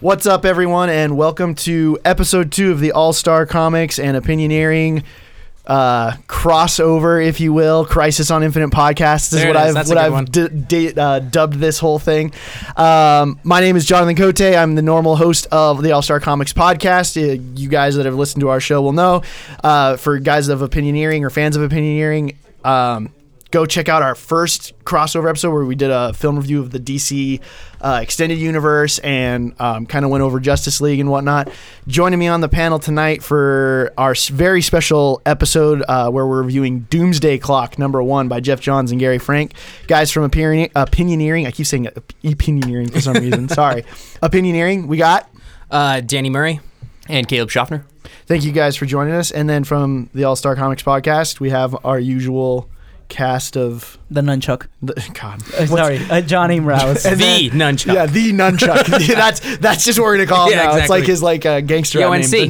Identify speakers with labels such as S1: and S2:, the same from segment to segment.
S1: What's up, everyone, and welcome to episode two of the All Star Comics and Opinioneering uh, crossover, if you will, Crisis on Infinite podcast is
S2: There
S1: what
S2: it is.
S1: I've
S2: That's a
S1: what
S2: good
S1: I've
S2: one.
S1: d- d- uh, dubbed this whole thing. Um, my name is Jonathan Cote. I'm the normal host of the All Star Comics podcast. Uh, you guys that have listened to our show will know. Uh, for guys of opinioneering or fans of opinioneering. Um, Go check out our first crossover episode where we did a film review of the DC uh, Extended Universe and um, kind of went over Justice League and whatnot. Joining me on the panel tonight for our s- very special episode uh, where we're reviewing Doomsday Clock number one by Jeff Johns and Gary Frank, guys from Opinion- Opinioneering. I keep saying op- Opinioneering for some reason. Sorry, Opinioneering. We got.
S2: Uh, Danny Murray.
S3: And Caleb Schaffner.
S1: Thank you guys for joining us. And then from the All Star Comics podcast, we have our usual cast of
S4: The nunchuck.
S1: the, God.
S4: Uh, sorry, uh, Johnny Rouse.
S1: And
S2: the nunchuck.
S1: Yeah, the nunchuck. that's that's just what we're gonna call him
S2: Yeah,
S1: now. It's
S2: exactly.
S1: like his like uh, gangster
S2: Yo,
S1: rap name,
S2: NC.
S1: the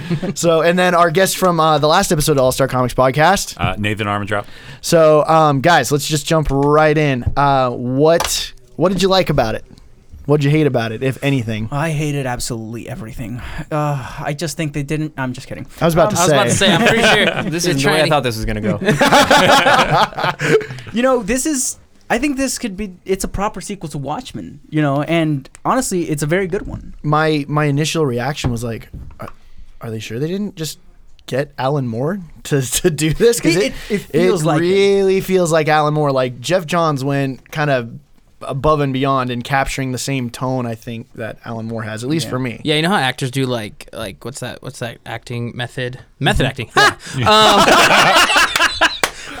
S1: nunchuck. so, and then our guest from uh, the last episode of All Star Comics podcast.
S5: Uh, Nathan Armandrop.
S1: So, um, guys, let's just jump right in. Uh, what what did you like about it? What did you hate about it, if anything?
S4: I hated absolutely everything. Uh, I just think they didn't. I'm just kidding.
S1: I was about to
S2: Um, I was about to
S1: say.
S2: say, I'm pretty sure this
S3: This is the way I
S2: trying.
S3: thought this was going to go.
S4: You know, this is. I think this could be. It's a proper sequel to Watchmen. You know, and honestly, it's a very good one.
S1: My my initial reaction was like, are, are they sure they didn't just get Alan Moore to, to do this?
S4: It-
S1: it,
S4: it- it feels like it.
S1: really feels like Alan Moore. Like Jeff Johns went kind of above and beyond in capturing the same tone. I think that Alan Moore has, at least
S4: Yeah.
S1: for me.
S2: Yeah, you know how actors do like like what's that what's that acting method?
S3: Mm-hmm.
S2: Method acting. Ha! um,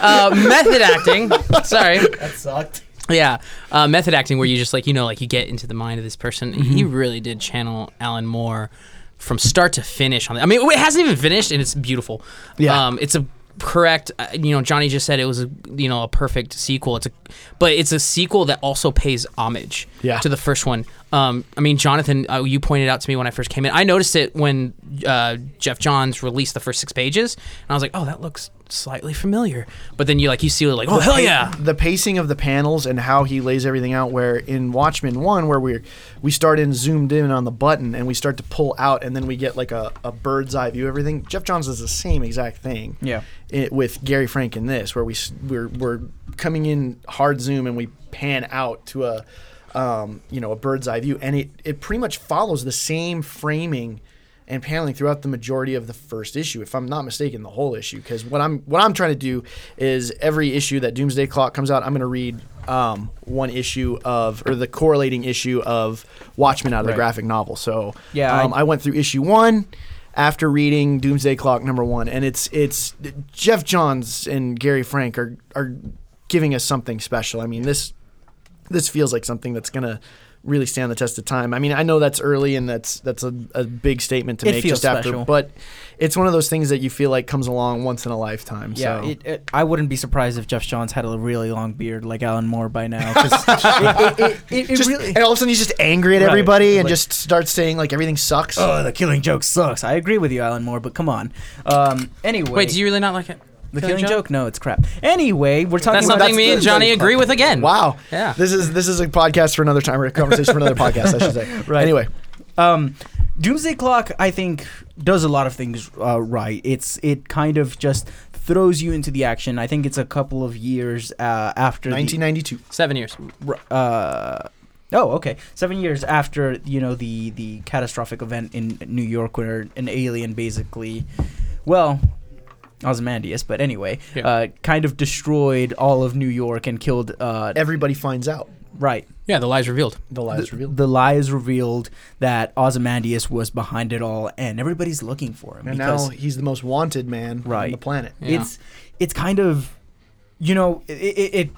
S2: uh, method acting. Sorry.
S1: That sucked.
S2: Yeah, uh, method acting where you just like you know like you get into the mind of this person. He
S1: Mm-hmm.
S2: really did channel Alan Moore from start to finish on that. I mean, it hasn't even finished and it's beautiful.
S1: Yeah.
S2: um, it's a correct. uh, You know, Johnny just said it was a you know a perfect sequel. It's a, but it's a sequel that also pays homage
S1: Yeah.
S2: to the first one. Um, I mean, Jonathan, uh, you pointed out to me when I first came in. I noticed it when uh, Jeff Johns released the first six pages, and I was like, oh, that looks slightly familiar. But then you like you see it like, oh
S1: the
S2: hell
S1: pa-
S2: yeah.
S1: The pacing of the panels and how he lays everything out. Where in Watchmen one, where we we start in zoomed in on the button and we start to pull out, and then we get like a, a bird's eye view of everything. Jeff Johns does the same exact thing.
S4: Yeah.
S1: i- with Gary Frank in this, where we s- we're we're coming in hard zoom and we pan out to a um, you know a bird's eye view, and it it pretty much follows the same framing. And paneling throughout the majority of the first issue, if I'm not mistaken, the whole issue. Because what I'm what I'm trying to do is every issue that Doomsday Clock comes out, I'm going to read um, one issue of or the correlating issue of Watchmen out of the graphic novel. So
S4: Yeah, I-
S1: um, I went through issue one after reading Doomsday Clock number one, and it's it's Jeff Johns and Gary Frank are are giving us something special. I mean this this feels like something that's gonna really stand the test of time. I mean I know that's early and that's that's a, a big statement to
S4: It
S1: make
S4: feels
S1: just after,
S4: special.
S1: but it's one of those things that you feel like comes along once in a lifetime.
S4: Yeah,
S1: so.
S4: it, it, I wouldn't be surprised if Jeff Johns had a really long beard like Alan Moore by now. 'cause it, it, it, it
S1: Just-
S4: really,
S1: and all of a sudden he's just angry at
S4: Right.
S1: everybody and
S4: Like-
S1: just starts saying like everything sucks.
S4: oh, the Killing Joke sucks. I agree with you, Alan Moore, but come on. Um, anyway,
S2: Wait, do you really not like it?
S4: the Killing, joke? No, it's crap. Anyway, we're talking
S2: That's
S4: about
S2: something me and
S4: Doomsday
S2: Johnny
S4: Clock.
S2: agree with again.
S1: Wow.
S2: Yeah.
S1: This is this is a podcast for another time or a conversation for another podcast, I should say.
S4: Right.
S1: Anyway,
S4: Um, Doomsday Clock, I think, does a lot of things uh, right. It's it kind of just throws you into the action. I think it's a couple of years uh, after the-
S1: 1992.
S2: Seven years.
S4: uh, oh, okay, seven years after you know the the catastrophic event in New York where an alien basically, well. Ozymandias, but anyway,
S2: Yeah.
S4: uh, kind of destroyed all of New York and killed. Uh,
S1: Everybody finds out
S4: right,
S2: Yeah, the lies revealed.
S1: the lie is revealed.
S4: the lie is revealed that Ozymandias was behind it all, and everybody's looking for him.
S1: and
S4: because
S1: now he's the most wanted man on
S4: Right.
S1: the planet.
S2: Yeah.
S4: it's it's kind of you know it it, it,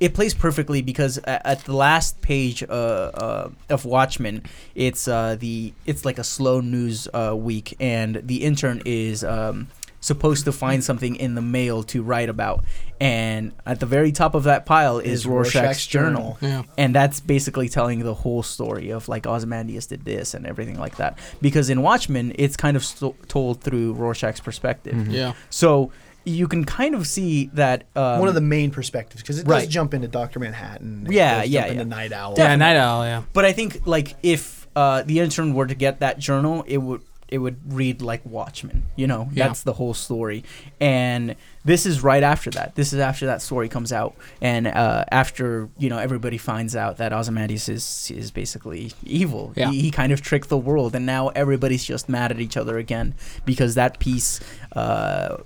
S4: it plays perfectly because at, at the last page uh, uh, of Watchmen it's uh, the it's like a slow news uh, week and the intern is um, supposed to find something in the mail to write about and at the very top of that pile is,
S1: Is
S4: Rorschach's,
S1: Rorschach's
S4: journal.
S2: Yeah.
S4: And that's basically telling the whole story of like Ozymandias did this and everything like that. Because in Watchmen, it's kind of sto- told through Rorschach's perspective.
S1: Mm-hmm.
S2: Yeah.
S4: So you can kind of see that um,
S1: One of the main perspectives because it does
S4: right.
S1: jump into Doctor Manhattan. it
S4: Yeah,
S1: does
S4: yeah,
S1: jump
S4: yeah.
S1: Into Night Owl.
S2: Yeah, Night Owl, yeah.
S4: But I think like if uh, the intern were to get that journal, it would it would read like Watchmen. You know,
S2: Yeah.
S4: that's the whole story. And this is right after that. This is after that story comes out, and uh, after you know everybody finds out that Ozymandias is is basically evil.
S2: Yeah.
S4: He, he kind of tricked the world, and now everybody's just mad at each other again because that piece. Uh,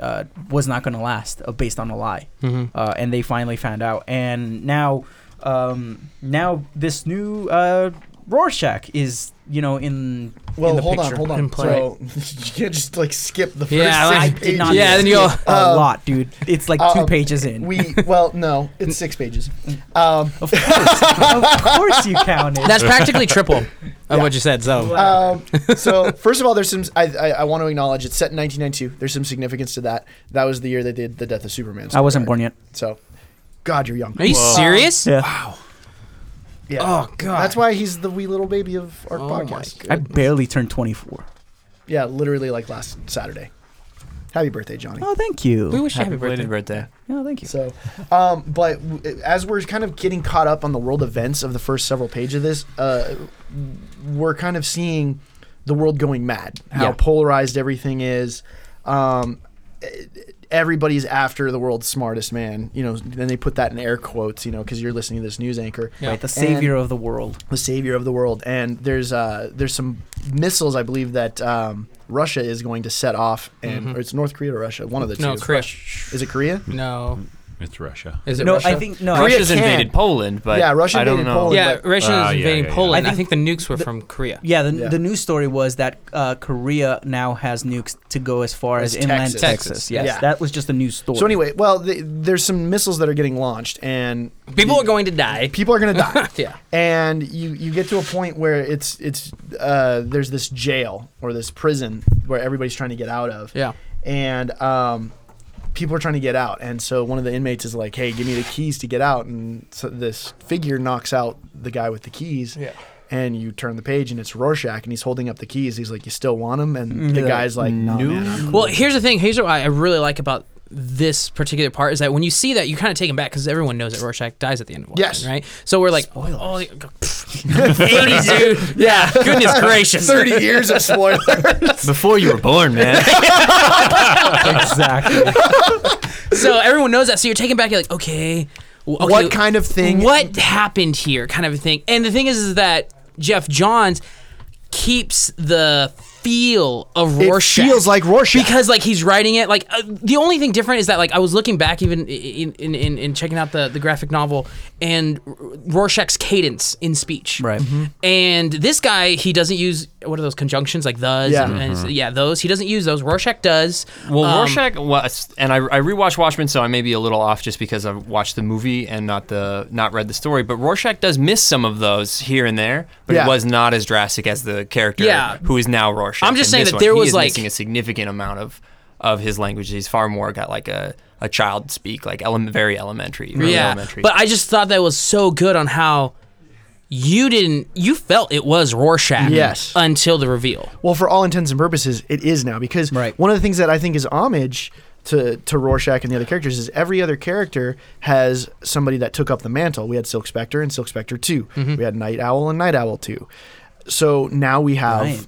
S4: uh, was not going to last uh, based on a lie
S2: Mm-hmm.
S4: uh, and they finally found out. And now, um, now this new uh, Rorschach is, you know, in in
S1: Well,
S4: the
S1: hold
S4: picture.
S1: on, hold on.
S2: and play.
S1: So you can't just like skip the first
S2: Yeah,
S4: I
S1: six
S2: like-
S4: did
S1: pages.
S4: not.
S2: Yeah, then you go-
S4: skip a
S1: Uh,
S4: lot, dude. It's like
S1: uh,
S4: two pages in.
S1: We well, no, it's six pages. Um,
S4: of, course, of course, you count it.
S2: That's practically triple of what you said. So
S1: um, so first of all, there's some. I, I, I want to acknowledge it's set in 1992. There's some significance to that. That was the year they did the death of Superman.
S4: I wasn't born yet.
S1: So, God, you're young.
S2: are you
S3: Whoa.
S2: serious?
S4: Yeah.
S1: Yeah.
S2: Oh god.
S1: That's why he's the wee little baby of our
S2: Oh my
S1: podcast.
S4: I barely turned 24.
S1: Yeah, literally like last Saturday. Happy birthday, Johnny.
S4: Oh, thank you.
S2: We wish you
S3: Happy
S2: happy birthday.
S3: belated birthday.
S4: oh, thank you.
S1: So, um, but w- as we're kind of getting caught up on the world events of the first several pages of this, uh, we're kind of seeing the world going mad. How
S4: Yeah.
S1: polarized everything is. Um, e- everybody's after the world's smartest man. You know, then they put that in air quotes. You know, because you're listening to this news anchor.
S2: Yeah.
S4: The savior of the world.
S1: the savior of the world. And there's uh, there's some missiles I believe that um, Russia is going to set off, and
S2: Mhm.
S1: or it's North Korea or Russia, one of the
S2: No,
S1: two.
S2: Korea.
S1: Is it Korea?
S2: No.
S5: It's Russia.
S2: Is it
S4: No,
S2: Russia?
S4: I think no.
S1: Russia-
S3: Russia's
S1: can.
S3: invaded Poland, but
S1: Yeah, Russia
S3: I don't
S1: invaded
S3: know.
S1: Poland.
S2: Yeah,
S1: but-
S2: Russia
S5: Ah,
S2: is
S5: yeah,
S2: invading
S5: yeah, yeah.
S2: Poland.
S4: I
S2: I think, the nukes were from Korea.
S4: Yeah, the,
S1: Yeah.
S4: the news story was that uh, Korea now has nukes to go as far as,
S1: As
S4: inland
S1: Texas.
S4: Texas.
S2: Texas,
S4: Yes,
S1: yeah.
S4: that was just a news story.
S1: So anyway, well, th there's some missiles that are getting launched, and
S2: People are going to die.
S1: people are going to die.
S2: Yeah.
S1: and you you get to a point where it's it's uh, there's this jail or this prison where everybody's trying to get out of.
S2: Yeah.
S1: and um, people are trying to get out. And so one of the inmates is like, "Hey, give me the keys to get out." And so this figure knocks out the guy with the keys.
S2: Yeah.
S1: And you turn the page, and it's Rorschach, and he's holding up the keys. He's like, "You still want them?" And the
S4: Yeah.
S1: guy's like, "No." man, I'm cool."
S2: Well, here's the thing. Here's what I I really like about this particular part is that when you see that, you kind of take him back because everyone knows that Rorschach dies at the end of Watchmen,
S1: Yes.
S2: right? So we're like, oh, yeah, go- pfft. 80, dude. Yeah, goodness gracious.
S1: Thirty years of spoiler.
S3: Before you were born, man.
S4: exactly.
S2: So everyone knows that. So you're taken back. You're like, okay, w- okay
S1: What kind of thing?
S2: What happened here? Kind of a thing. And the thing is, is that Jeff Johns keeps the feel of
S1: It
S2: Rorschach.
S1: feels like Rorschach.
S2: because like he's writing it like uh, the only thing different is that like I was looking back even in in, in, in checking out the, the graphic novel and R- Rorschach's cadence in speech
S4: Right.
S1: Mm-hmm.
S4: Mhm.
S2: and this guy he doesn't use what are those conjunctions like those
S1: Yeah.
S2: and, and
S4: Mm-hmm.
S2: yeah those he doesn't use those Rorschach does
S3: Well,
S2: Um,
S3: Rorschach was, and I, I rewatched Watchmen, so I may be a little off just because I've watched the movie and not the not read the story. But Rorschach does miss some of those here and there, but
S1: Yeah.
S3: it was not as drastic as the character
S2: Yeah.
S3: who is now Rorschach.
S2: I'm just
S3: in
S2: saying
S3: this
S2: that
S3: one.
S2: there
S3: He
S2: was,
S3: is
S2: like-
S3: missing a significant amount of of his language. He's far more got like a a child speak, like ele- very elementary, really
S2: yeah
S3: elementary.
S2: but I just thought that was so good on how you didn't you felt it was Rorschach
S1: Yes.
S2: until the reveal
S1: Well, for all intents and purposes, it is now because
S4: Right.
S1: one of the things that I think is homage to to Rorschach and the other characters is every other character has somebody that took up the mantle. We had Silk Spectre and Silk Spectre 2 We had Night Owl and Night Owl two. So now we have
S4: Right.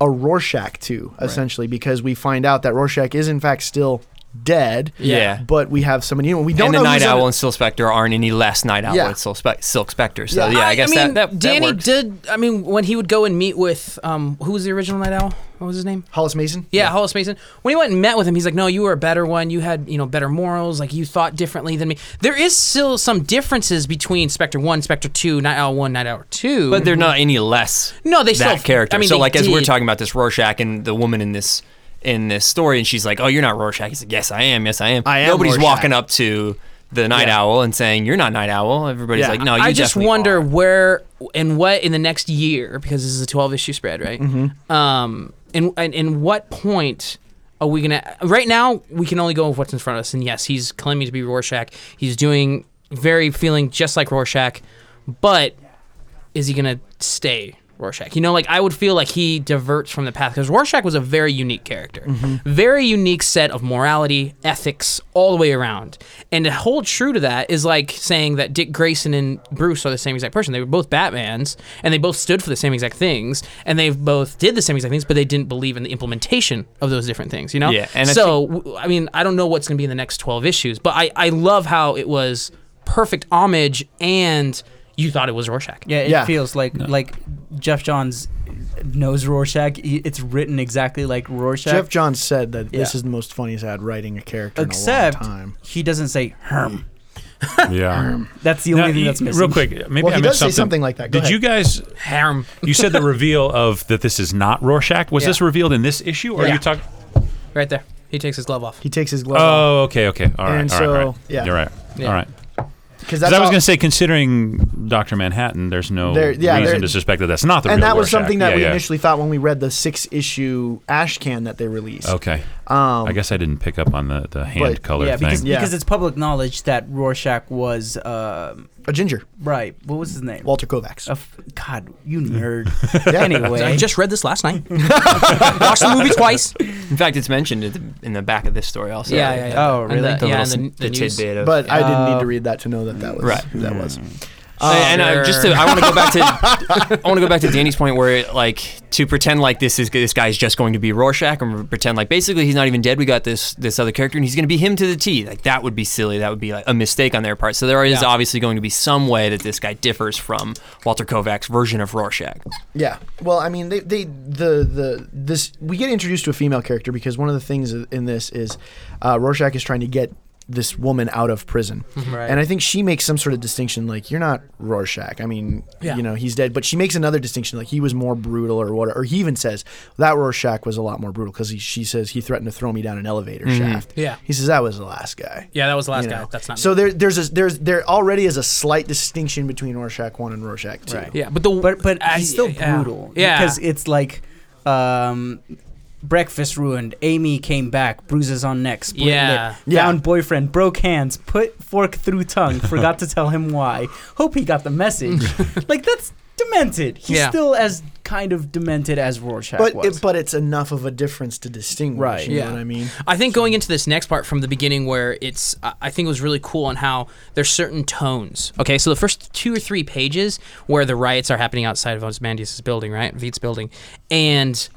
S1: a Rorschach two essentially because we find out that Rorschach is in fact still dead.
S3: Yeah.
S1: but we have somebody new. and We don't
S3: and
S1: know
S3: the Night
S1: who's on
S3: Owl
S1: it.
S3: and Silk Spectre aren't any less Night Owl
S1: Yeah.
S3: and Silk, Spe- Silk Spectre. So
S1: Yeah.
S3: yeah, I, guess
S2: mean,
S3: that, that
S2: Danny
S3: that works.
S2: did. I mean, when he would go and meet with um, who was the original Night Owl? What was his name?
S1: Hollis Mason.
S2: Yeah, Hollis Mason. When he went and met with him, he's like, "No, you were a better one. You had, you know, better morals. Like you thought differently than me." There is still some differences between Spectre One, Spectre Two, Night Owl One, Night Owl Two.
S3: But they're not any less.
S2: Mm-hmm. No, they
S3: that
S2: still-
S3: character.
S2: I mean,
S3: so
S2: they
S3: like as we're
S2: did.
S3: talking about this Rorschach and the woman in this in this story, and she's like, "Oh, you're not Rorschach." He's like, "Yes, I am. Yes, I am."
S1: I am
S3: Nobody's
S1: Rorschach.
S3: walking up to the Night Owl and saying, "You're not Night Owl." Everybody's
S1: Yeah.
S3: like, "No, you
S2: I just
S3: definitely
S2: wonder
S3: are."
S2: where and what in the next year because this is a 12 issue spread, right?
S3: Mm-hmm.
S2: Um, and, and and what point are we gonna? Right now, we can only go with what's in front of us. And yes, he's claiming to be Rorschach. He's doing very feeling just like Rorschach, but is he gonna stay Rorschach. You know, like I would feel like he diverts from the path because Rorschach was a very unique character,
S3: Mm-hmm.
S2: very unique set of morality, ethics, all the way around. And to hold true to that is like saying that Dick Grayson and Bruce are the same exact person. They were both Batmans, and they both stood for the same exact things, and they both did the same exact things, but they didn't believe in the implementation of those different things. You know?
S3: Yeah, and I
S2: so w- I mean, I don't know what's going to be in the next twelve issues, but I I love how it was perfect homage and. You thought it was Rorschach.
S4: Yeah, it
S1: Yeah.
S4: feels like like Jeff Johns knows Rorschach. He- It's written exactly like Rorschach.
S1: Jeff Johns said that this
S4: Yeah.
S1: is the most fun he's had writing a character
S4: except
S1: in a long time.
S4: he doesn't say Herm.
S5: Yeah.
S4: That's the
S5: Now,
S4: only thing
S5: you-
S4: that's missing.
S5: real quick, maybe
S1: Well,
S5: I
S1: he
S5: missed
S1: does say
S5: something.
S1: something like that. Go
S5: Did you guys?
S2: Harem.
S5: You said the reveal of that this is not Rorschach. Was
S2: Yeah.
S5: this revealed in this issue, or are
S2: Yeah.
S5: you talking?
S2: Right there. He takes his glove off.
S1: He takes his glove off
S5: Oh, okay, okay, all right,
S1: And
S5: all right, all
S1: so,
S5: right.
S1: yeah.
S5: you're right,
S2: Yeah.
S5: all right.
S1: because
S5: Because I was going to say, considering Doctor Manhattan, there's no
S1: There- yeah,
S5: reason
S1: there-
S5: to suspect that that's not the
S1: and
S5: real
S1: that was
S5: Rorschach.
S1: something that
S5: Yeah,
S1: we
S5: yeah.
S1: initially thought when we read the six issue ash can that they released.
S5: Okay,
S1: Um,
S5: I guess I didn't pick up on the, the hand
S1: But-
S5: color
S4: yeah,
S5: thing.
S4: because
S1: Yeah.
S4: because it's public knowledge that Rorschach was um
S1: a ginger,
S4: right. What was his name?
S1: Walter Kovacs.
S4: A f- God, you nerd.
S1: Yeah.
S2: I
S4: anyway,
S2: just read this last night. Watched the movie twice.
S3: In fact, it's mentioned at the- in the back of this story also.
S2: Yeah, yeah, yeah.
S4: Oh,
S2: And
S4: really?
S2: the-
S3: The
S2: yeah,
S3: little
S2: and
S3: s-
S2: the, the, news.
S3: tidbit of
S1: but I didn't need
S4: Uh,
S1: to read that to know that that was
S3: Right.
S1: who that
S5: Mm.
S1: was.
S3: and and, uh, just to,
S2: Sure.
S3: I want to go back to I want to go back to Danny's point where it, like to pretend like this is this guy's just going to be Rorschach and pretend like basically he's not even dead. We got this this other character and he's going to be him to the T. Like that would be silly. That would be like a mistake on their part. So there is
S2: Yeah.
S3: obviously going to be some way that this guy differs from Walter Kovac's version of Rorschach.
S1: Yeah. Well, I mean, they, they the the this we get introduced to a female character because one of the things in this is uh, Rorschach is trying to get this woman out of prison,
S2: Mm-hmm.
S4: Right.
S1: and I think she makes some sort of distinction like you're not Rorschach. I mean,
S2: Yeah.
S1: you know, he's dead, but she makes another distinction like he was more brutal or what, or he even says that Rorschach was a lot more brutal because she says he threatened to throw me down an elevator shaft.
S2: Mm-hmm. Yeah.
S1: He says that was the last guy.
S2: Yeah, that was the last
S1: you
S2: guy.
S1: know.
S2: That's not.
S1: so there, there's a, there's there already is a slight distinction between Rorschach one and Rorschach two.
S4: Right.
S2: yeah, but the
S4: but but
S2: I-
S4: he's still
S2: yeah.
S4: brutal.
S2: Yeah,
S4: because it's like um, breakfast ruined. Amy came back, bruises on neck, split
S2: Yeah.
S4: lip,
S1: Yeah.
S4: found boyfriend, broke hands, put fork through tongue, forgot to tell him why. Hope he got the message. like that's demented. He's
S2: Yeah.
S4: still as kind of demented as Rorschach
S1: but
S4: was.
S1: it, but it's enough of a difference to distinguish.
S4: Right.
S1: You
S2: Yeah.
S1: know what I mean?
S2: I think going into this next part from the beginning, where it's, I I think it was really cool on how there's certain tones. Okay, so the first two or three pages where the riots are happening outside of Osmandius's building, right, Veed's building, and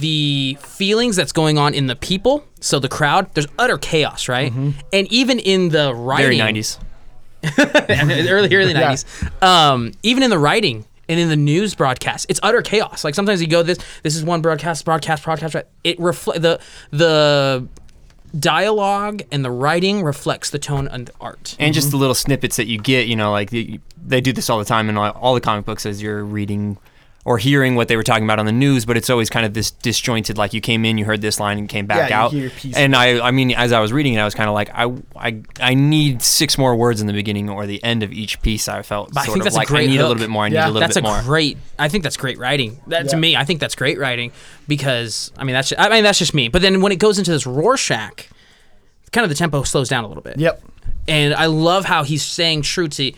S2: the feelings that's going on in the people, so the crowd, there's utter chaos, right, and even in the
S3: Very
S2: rioting,
S3: nineties.
S2: early early
S1: Yeah.
S2: nineties. Um, even in the writing and in the news broadcast, it's utter chaos. Like sometimes you go this this is one broadcast, broadcast, broadcast. broad- It reflect the the dialogue and the writing reflects the tone and the art.
S3: and
S1: Mm-hmm.
S3: just the little snippets that you get you know like they, they do this all the time in all, all the comic books as you're reading or hearing what they were talking about on the news but it's always kind of this disjointed like you came in you heard this line and came
S1: Yeah,
S3: back
S1: you
S3: out
S1: hear pieces.
S3: and i i mean as i was reading it i was kind of like i i i need six more words in the beginning or the end of each piece i felt
S2: But I
S3: sort
S2: think
S3: of
S2: that's a
S3: like i
S2: great
S3: need a
S2: hook.
S3: little bit more i
S1: Yeah.
S3: need a little
S2: That's a
S3: bit more
S2: great. I think that's great writing. That to
S1: Yeah.
S2: me, I think that's great writing because I mean that's ju- I mean that's just me. But then when it goes into this Rorschach, kind of the tempo slows down a little bit.
S1: Yep.
S2: and I love how he's staying true to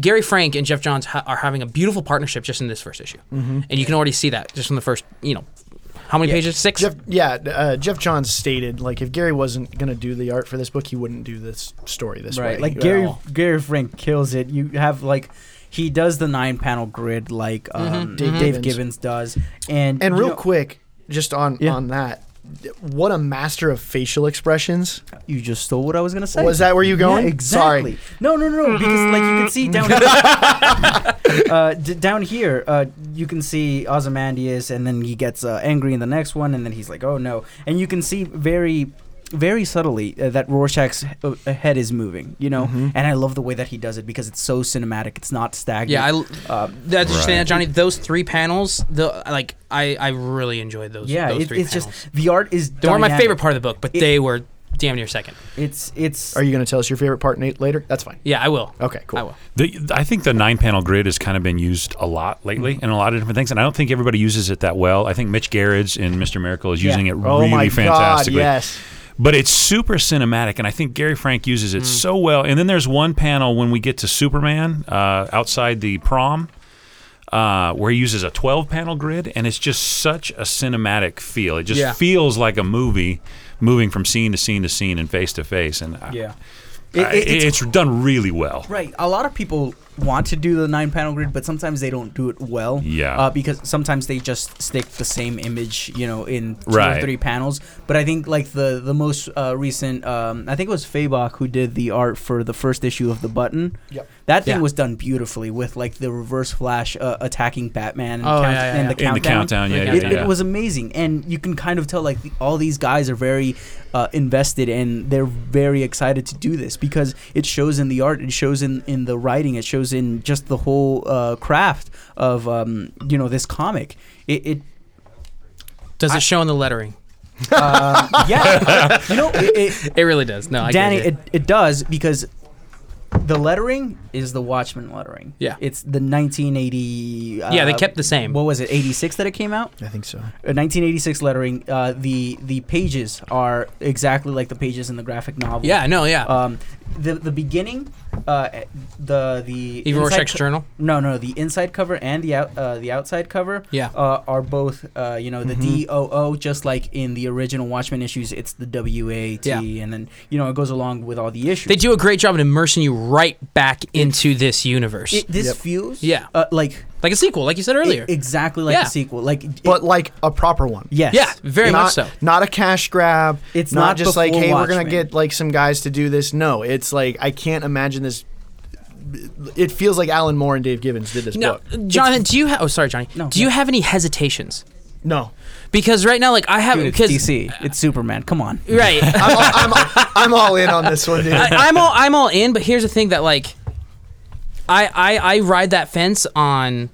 S2: Gary Frank and Jeff Johns ha- are having a beautiful partnership just in this first issue,
S4: Mm-hmm.
S2: and you can already see that just in the first, you know, how many pages? Six.
S1: Jeff, yeah, uh, Jeff Johns stated like if Gary wasn't gonna do the art for this book, he wouldn't do this story this
S4: right
S1: way.
S4: like
S1: at
S4: gary
S1: all.
S4: gary frank kills it you have like he does the nine panel grid like
S2: Mm-hmm,
S4: um,
S1: Dave
S4: dave,
S1: Gibbons.
S4: gibbons. does and
S1: And
S4: you
S1: real
S4: know-
S1: quick, just on
S4: Yeah.
S1: on that, what a master of facial expressions.
S4: you just stole what i was gonna say
S1: Was that where you
S4: Yeah,
S1: going?
S4: exactly
S1: Sorry.
S4: no no no no, because like you can see down here uh, d- down here uh, you can see ozymandias and then he gets uh, angry in the next one and then he's like oh no and you can see very very subtly uh, that Rorschach's uh, head is moving, you know,
S1: Mm-hmm.
S4: and I love the way that he does it because it's so cinematic. It's not stagnant.
S2: yeah, I. l-
S4: uh,
S2: That's just saying
S5: Right.
S2: that, Johnny. Those three panels, the like, I I really enjoyed those.
S4: yeah,
S2: those
S4: it-
S2: three
S4: it's
S2: panels.
S4: just the art is.
S2: they weren't my
S4: dynamic.
S2: favorite part of the book, but
S4: It-
S2: they were damn near second.
S4: It's it's
S1: Are you gonna tell us your favorite part Nate, later? That's fine.
S2: Yeah, I will.
S1: Okay, cool.
S2: I will.
S5: The, I think the nine panel grid has kind of been used a lot lately
S4: Mm-hmm.
S5: in a lot of different things, and I don't think everybody uses it that well. I think Mitch Garage in Mr. Miracle is
S4: Yeah.
S5: using it
S1: Oh
S5: really
S1: my god!
S5: fantastically.
S1: Yes.
S5: But it's super cinematic, and I think Gary Frank uses it
S4: Mm.
S5: so well. And then there's one panel when we get to Superman uh, outside the prom. uh, where he uses a 12 panel grid, and it's just such a cinematic feel. It just
S4: Yeah.
S5: feels like a movie moving from scene to scene to scene and face to face. And I-
S4: Yeah.
S5: I-
S4: It- it-
S5: it's, done really well.
S4: Right. A lot of people want to do the nine panel grid, but sometimes they don't do it well.
S5: Yeah.
S4: Uh, because sometimes they just stick the same image, you know, in two
S5: Right.
S4: or three panels. But I think like the the most uh, recent, um, I think it was Fabok who did the art for the first issue of the Button.
S1: Yep.
S4: That thing
S2: Yeah.
S4: was done beautifully with like the reverse flash uh, attacking Batman and,
S2: Oh,
S4: count-
S2: yeah, yeah,
S4: and
S2: yeah.
S4: the
S5: In
S4: countdown.
S5: the countdown, yeah,
S2: Like,
S5: yeah,
S4: It,
S5: yeah.
S4: it was amazing, and you can kind of tell like the, all these guys are very uh, invested, and they're very excited to do this because it shows in the art, it shows in in the writing, it shows in just the whole uh, craft of um, you know this comic. It, it
S2: Does it show in the lettering?
S4: uh, yeah, you know, it, it,
S2: It really does. No, I
S4: Danny,
S2: get it.
S4: it, it does because the lettering is the Watchmen lettering.
S2: Yeah.
S4: it's the 1980. Uh,
S2: Yeah, they kept the same.
S4: What was it? 86 that it came out.
S1: I think so.
S4: Uh, 1986 lettering. Uh, the the pages are exactly like the pages in the graphic novel.
S2: yeah, no, yeah.
S4: Um, the the beginning, uh, the the
S2: Even
S4: inside
S2: Rorschach's
S4: co-
S2: journal.
S4: No, no, the inside cover and the out uh, the outside cover.
S2: Yeah. Mm-hmm.
S4: Uh, are both uh, you know the DOO just like in the original Watchmen issues. It's the WAT,
S2: Yeah.
S4: and then you know it goes along with all the issues.
S2: They do a great job in immersing you right back into this universe.
S4: It, this
S1: Yep.
S4: feels
S2: Yeah.
S4: uh, like
S2: like a sequel, like you said earlier.
S4: exactly like
S2: Yeah.
S4: a sequel. Like it-
S1: But like a proper one.
S4: yes,
S2: yeah, very
S1: not,
S2: much so.
S1: Not a cash grab.
S4: It's
S1: not,
S4: not
S1: just like,
S4: before
S1: hey, we're gonna
S4: Watchmen.
S1: get like some guys to do this. No, it's like I can't imagine this. It feels like Alan Moore and Dave Gibbons did this
S2: Now,
S1: book.
S2: Jonathan, do you have? Oh, sorry, Johnny.
S4: No,
S2: do
S4: no.
S2: you have any hesitations?
S1: No,
S2: Because right now, like I have,
S4: Dude, it's
S2: because
S4: DC. It's Superman. Come on.
S2: right, I,
S1: I'm all, I'm, all- I'm all in on this one, dude.
S2: I'm all, I'm all in. But here's the thing that like, I, I, I ride that fence on.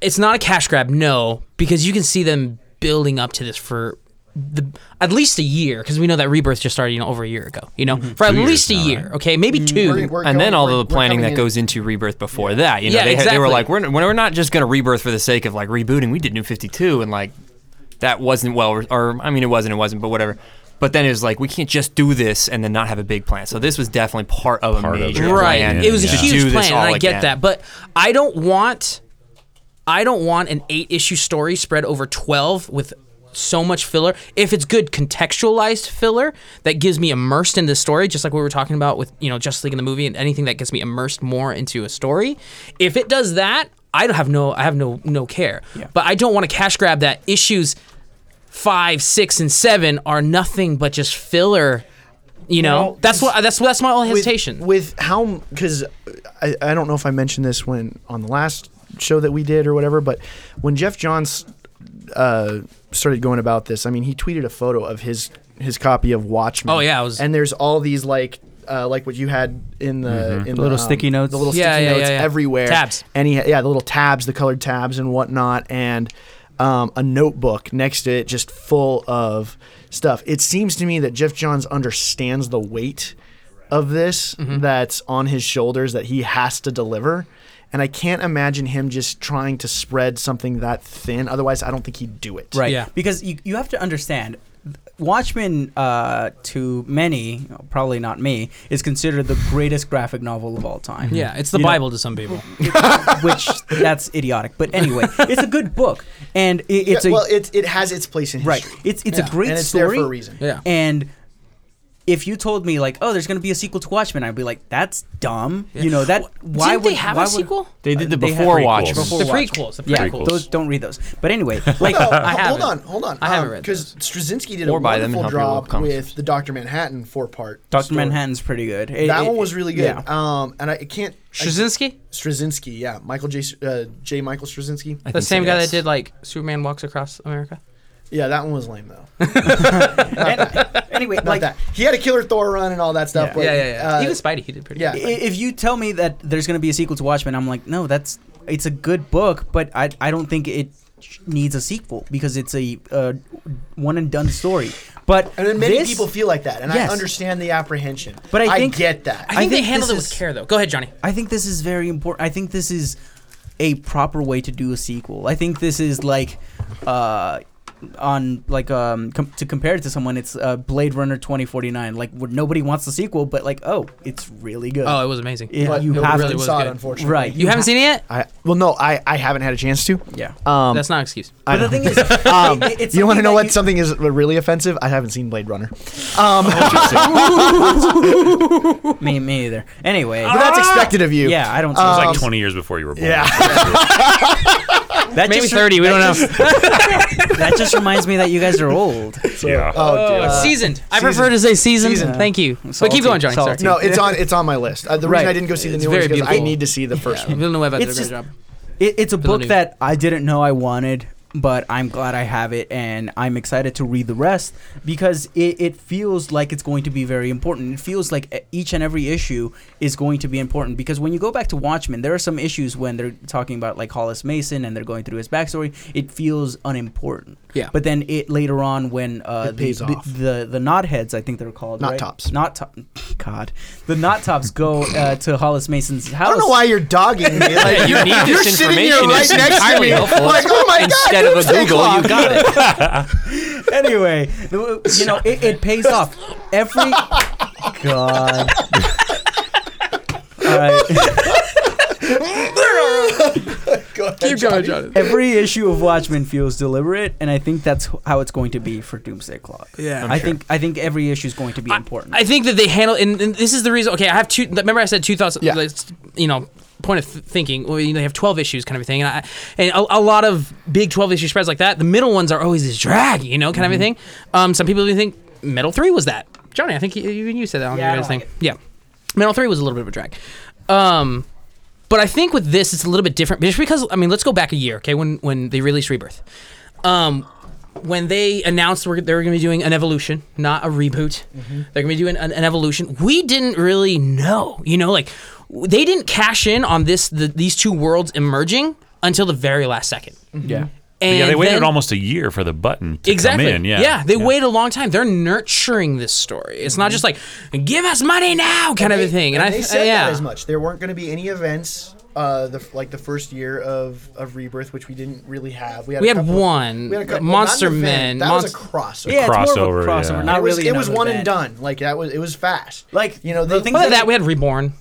S2: It's not a cash grab, no, because you can see them building up to this for the at least a year, because we know that rebirth just started, you know, over a year ago, you know, for at
S5: Two years
S2: least a
S5: now,
S2: year, okay, maybe 2
S1: We're- we're
S3: and then
S1: going-
S3: all
S1: we're- we're
S3: the planning
S1: coming
S3: that
S1: in-
S3: goes into rebirth before that, you know,
S2: Yeah,
S3: they, had- they were
S2: exactly.
S3: like, we're, n- we're not just going to rebirth for the sake of like rebooting. We did New Fifty Two, and like that wasn't well, re- or I mean, it wasn't, it wasn't, but whatever. But then it was like we can't just do this and then not have a big plan. So this was definitely part of a
S5: Part of
S3: major
S5: it.
S2: right
S3: plan. uh,
S2: it was
S5: yeah.
S2: a
S3: to do
S2: huge
S3: this
S2: plan and
S3: all
S2: i get
S3: again.
S2: that but i don't want i don't want an eight issue story spread over 12 with so much filler if it's good contextualized filler that gives me immersed in the story just like we were talking about with you know just league in the movie and anything that gets me immersed more into a story if it does that i don't have no i have no no care but i don't want to cash grab that issues five six and seven are nothing but just filler you know
S1: Well,
S2: that's what that's that's my only
S1: with-
S2: hesitation
S1: with, how because I, I don't know if I mentioned this when on the last show that we did or whatever, but when Jeff Johns uh, started going about this, I mean, he tweeted a photo of his his copy of Watchmen.
S2: Oh, yeah, I was-
S1: and there's all these like. Uh, like what you had in the in the
S4: Mm-hmm.
S1: um,
S4: little sticky notes.
S1: the little
S2: Yeah,
S1: sticky
S2: yeah,
S1: notes
S2: yeah, yeah.
S1: everywhere,
S2: Tabs.
S1: and he had, yeah, the little tabs, the colored tabs and whatnot, and um, a notebook next to it, just full of stuff. It seems to me that Jeff Johns understands the weight of this
S2: Mm-hmm.
S1: that's on his shoulders that he has to deliver. And I can't imagine him just trying to spread something that thin. Otherwise, I don't think he'd do it.
S4: Right.
S2: Yeah.
S4: Because you, you have to understand, Watchmen, uh, to many, probably not me, is considered the greatest graphic novel of all time.
S2: Yeah, it's the
S4: You know,
S2: Bible to some people.
S4: which that's idiotic. But anyway, it's a good book, and it, it's
S1: Yeah,
S4: a
S1: well, it, it has its place in
S4: right.
S1: history.
S4: It's it's
S2: Yeah.
S4: a great
S1: And it's there
S4: story
S1: for a reason.
S2: Yeah.
S4: And if you told me like, oh, there's gonna be a sequel to Watchmen, I'd be like, that's dumb. You know that why
S2: Didn't
S4: would
S2: they have
S4: why
S2: a
S4: would- Uh,
S2: sequel?
S3: They did the
S4: They had
S3: before
S5: prequels.
S3: watch.
S5: Before
S2: The
S4: Watchmen.
S2: prequels, the
S4: Yeah,
S2: prequels.
S4: those don't read those. But anyway, like
S1: No,
S2: I
S1: hold
S2: haven't.
S1: on, hold on.
S2: I haven't read
S1: because Straczynski did a
S3: Or buy them and
S1: wonderful
S3: help your local
S1: job
S3: comic
S1: with the Doctor Manhattan four part.
S4: Doctor Manhattan's pretty good. It-
S1: That
S4: it-
S1: one was really good.
S4: yeah.
S1: Um, and I it can't. I,
S2: Straczynski,
S1: Straczynski, yeah, Michael J. S- Uh, J. Michael Straczynski.
S2: the same guy that did like Superman walks across America.
S1: Yeah, that one was lame though.
S4: And- anyway,
S1: Not
S4: like
S1: that he had a killer Thor run and all that stuff.
S4: Yeah.
S1: but, uh,
S2: Even Spidey, he did pretty.
S1: yeah.
S4: I-
S2: Good.
S4: if you tell me that there's going to be a sequel to Watchmen, I'm like, no, that's it's a good book, but I I don't think it sh- needs a sequel because it's a uh, one and done story. But
S1: and then many
S4: this-
S1: people feel like that, and
S4: Yes.
S1: I understand the apprehension.
S4: But I think-
S1: get that.
S2: I think they
S4: think
S2: handled it
S4: this
S2: with
S4: is-
S2: care though. Go ahead, Johnny.
S4: I think this is very important. I think this is a proper way to do a sequel. I think this is like, uh, on like um com- to compare it to someone, it's uh, Blade Runner 2049. Like where nobody wants the sequel, but like oh, it's really good.
S2: Oh, it was amazing.
S4: Yeah,
S1: But
S4: you
S1: nobody
S4: have
S2: really
S4: to,
S2: was
S1: saw it,
S2: good.
S1: unfortunately.
S4: right.
S2: You haven't seen it yet?
S1: I well, no, I, I haven't had a chance to.
S4: Yeah.
S1: Um,
S2: That's not an excuse.
S1: I
S4: But the
S1: know.
S4: thing is,
S1: Um,
S4: it- it's
S1: you want to
S4: something
S1: know
S4: that
S1: what
S4: you-
S1: something is really offensive? I haven't seen Blade Runner. Um,
S4: me, me either. Anyway,
S1: but that's expected of you.
S4: Ah! yeah, I don't.
S5: It was
S1: Ah! Um,
S5: like 20 years before you were born.
S1: Yeah.
S4: that
S2: Maybe
S4: just-
S2: 30. We don't know.
S4: that just reminds me that you guys are old.
S5: yeah.
S1: Oh, dear.
S2: seasoned. I
S1: seasoned.
S2: prefer to say seasoned.
S1: Seasoned.
S2: Thank you. But
S4: Salty.
S2: keep going, Johnny. Sorry.
S4: Salty.
S1: no, it's on it's on my list. Uh, the reason
S4: Right.
S1: I didn't go see the
S2: It's
S1: new one is
S2: very
S1: because I
S2: beautiful.
S1: need to see the first one.
S2: Villanueva did a
S4: It's
S2: great
S4: just-
S2: job.
S4: It, it's a book
S2: Villeneuve.
S4: that I didn't know I wanted, but I'm glad I have it, and I'm excited to read the rest because it, it feels like it's going to be very important. It feels like e- each and every issue is going to be important because when you go back to Watchmen, there are some issues when they're talking about like Hollis Mason and they're going through his backstory. It feels unimportant.
S2: Yeah.
S4: But then it later on when uh,
S1: It pays
S4: the,
S1: off.
S4: the the the knotheads, I think they're called
S1: Knot
S4: right?
S1: tops.
S4: Knot top. God, the knot tops go uh, to Hollis Mason's house.
S1: I don't know why you're dogging me. Like,
S3: You need
S1: you're
S3: this
S1: sitting here
S3: information.
S1: right
S3: It's
S1: next to
S3: entirely
S1: me.
S3: helpful.
S1: Like, oh my god,
S3: Instead of a
S1: doomsday
S3: Google,
S1: clock.
S3: you got it.
S4: anyway, the- you know, it, it pays off. Every God. All right.
S2: Keep going, Johnny.
S4: Every issue of Watchmen feels deliberate, and I think that's how it's going to be for Doomsday Clock.
S2: Yeah.
S4: I think I think every issue is going to be important.
S2: I think that they handle, and, and this is the reason. Okay, I have two. Remember, I said two thoughts.
S1: Yeah.
S2: like, you know, point of th- thinking. Well, you know, they have twelve issues, kind of a thing, and I, and a, a lot of big twelve issue spreads like that. The middle ones are always this drag, you know, kind of a thing. Um, some people even think middle three was that. Johnny, I think you, you you said that on
S4: Yeah, I
S2: your guys'
S4: don't
S2: thing.
S4: like
S2: Yeah, middle three was a little bit of a drag. Um, but I think with this, it's a little bit different. Just because, I mean, let's go back a year, okay? When when they released Rebirth, um, when they announced we're, they were going to be doing an evolution, not a reboot,
S4: Mm-hmm.
S2: they're going to be doing an, an evolution. We didn't really know, you know, like w- they didn't cash in on this the, these two worlds emerging until the very last second.
S4: Mm-hmm. yeah.
S2: And
S5: yeah, they waited
S2: then-
S5: almost a year for the button to
S2: exactly.
S5: come in. Yeah,
S2: they waited a long time. They're nurturing this story. It's not just like give us money now kind of a thing. And, I
S1: they
S2: th-
S1: said
S2: yeah.
S1: that as much. There weren't going to be any events. Uh, the like the first year of, of rebirth, which we didn't really have. We had,
S2: We
S1: a
S2: had
S1: couple-
S2: one.
S1: we had a couple-
S2: Monster
S1: not an event.
S2: Men.
S1: That
S2: Monst-
S1: was a crossover.
S4: Yeah, it's more of
S5: Crossover,
S4: a crossover,
S5: yeah.
S4: not
S1: it was,
S4: really.
S1: it was
S4: another
S1: one and
S4: event.
S1: done. Like that was it was fast.
S4: Like,
S1: you know
S4: the
S1: they-
S4: things
S2: Other than
S4: that
S2: that, we had Reborn.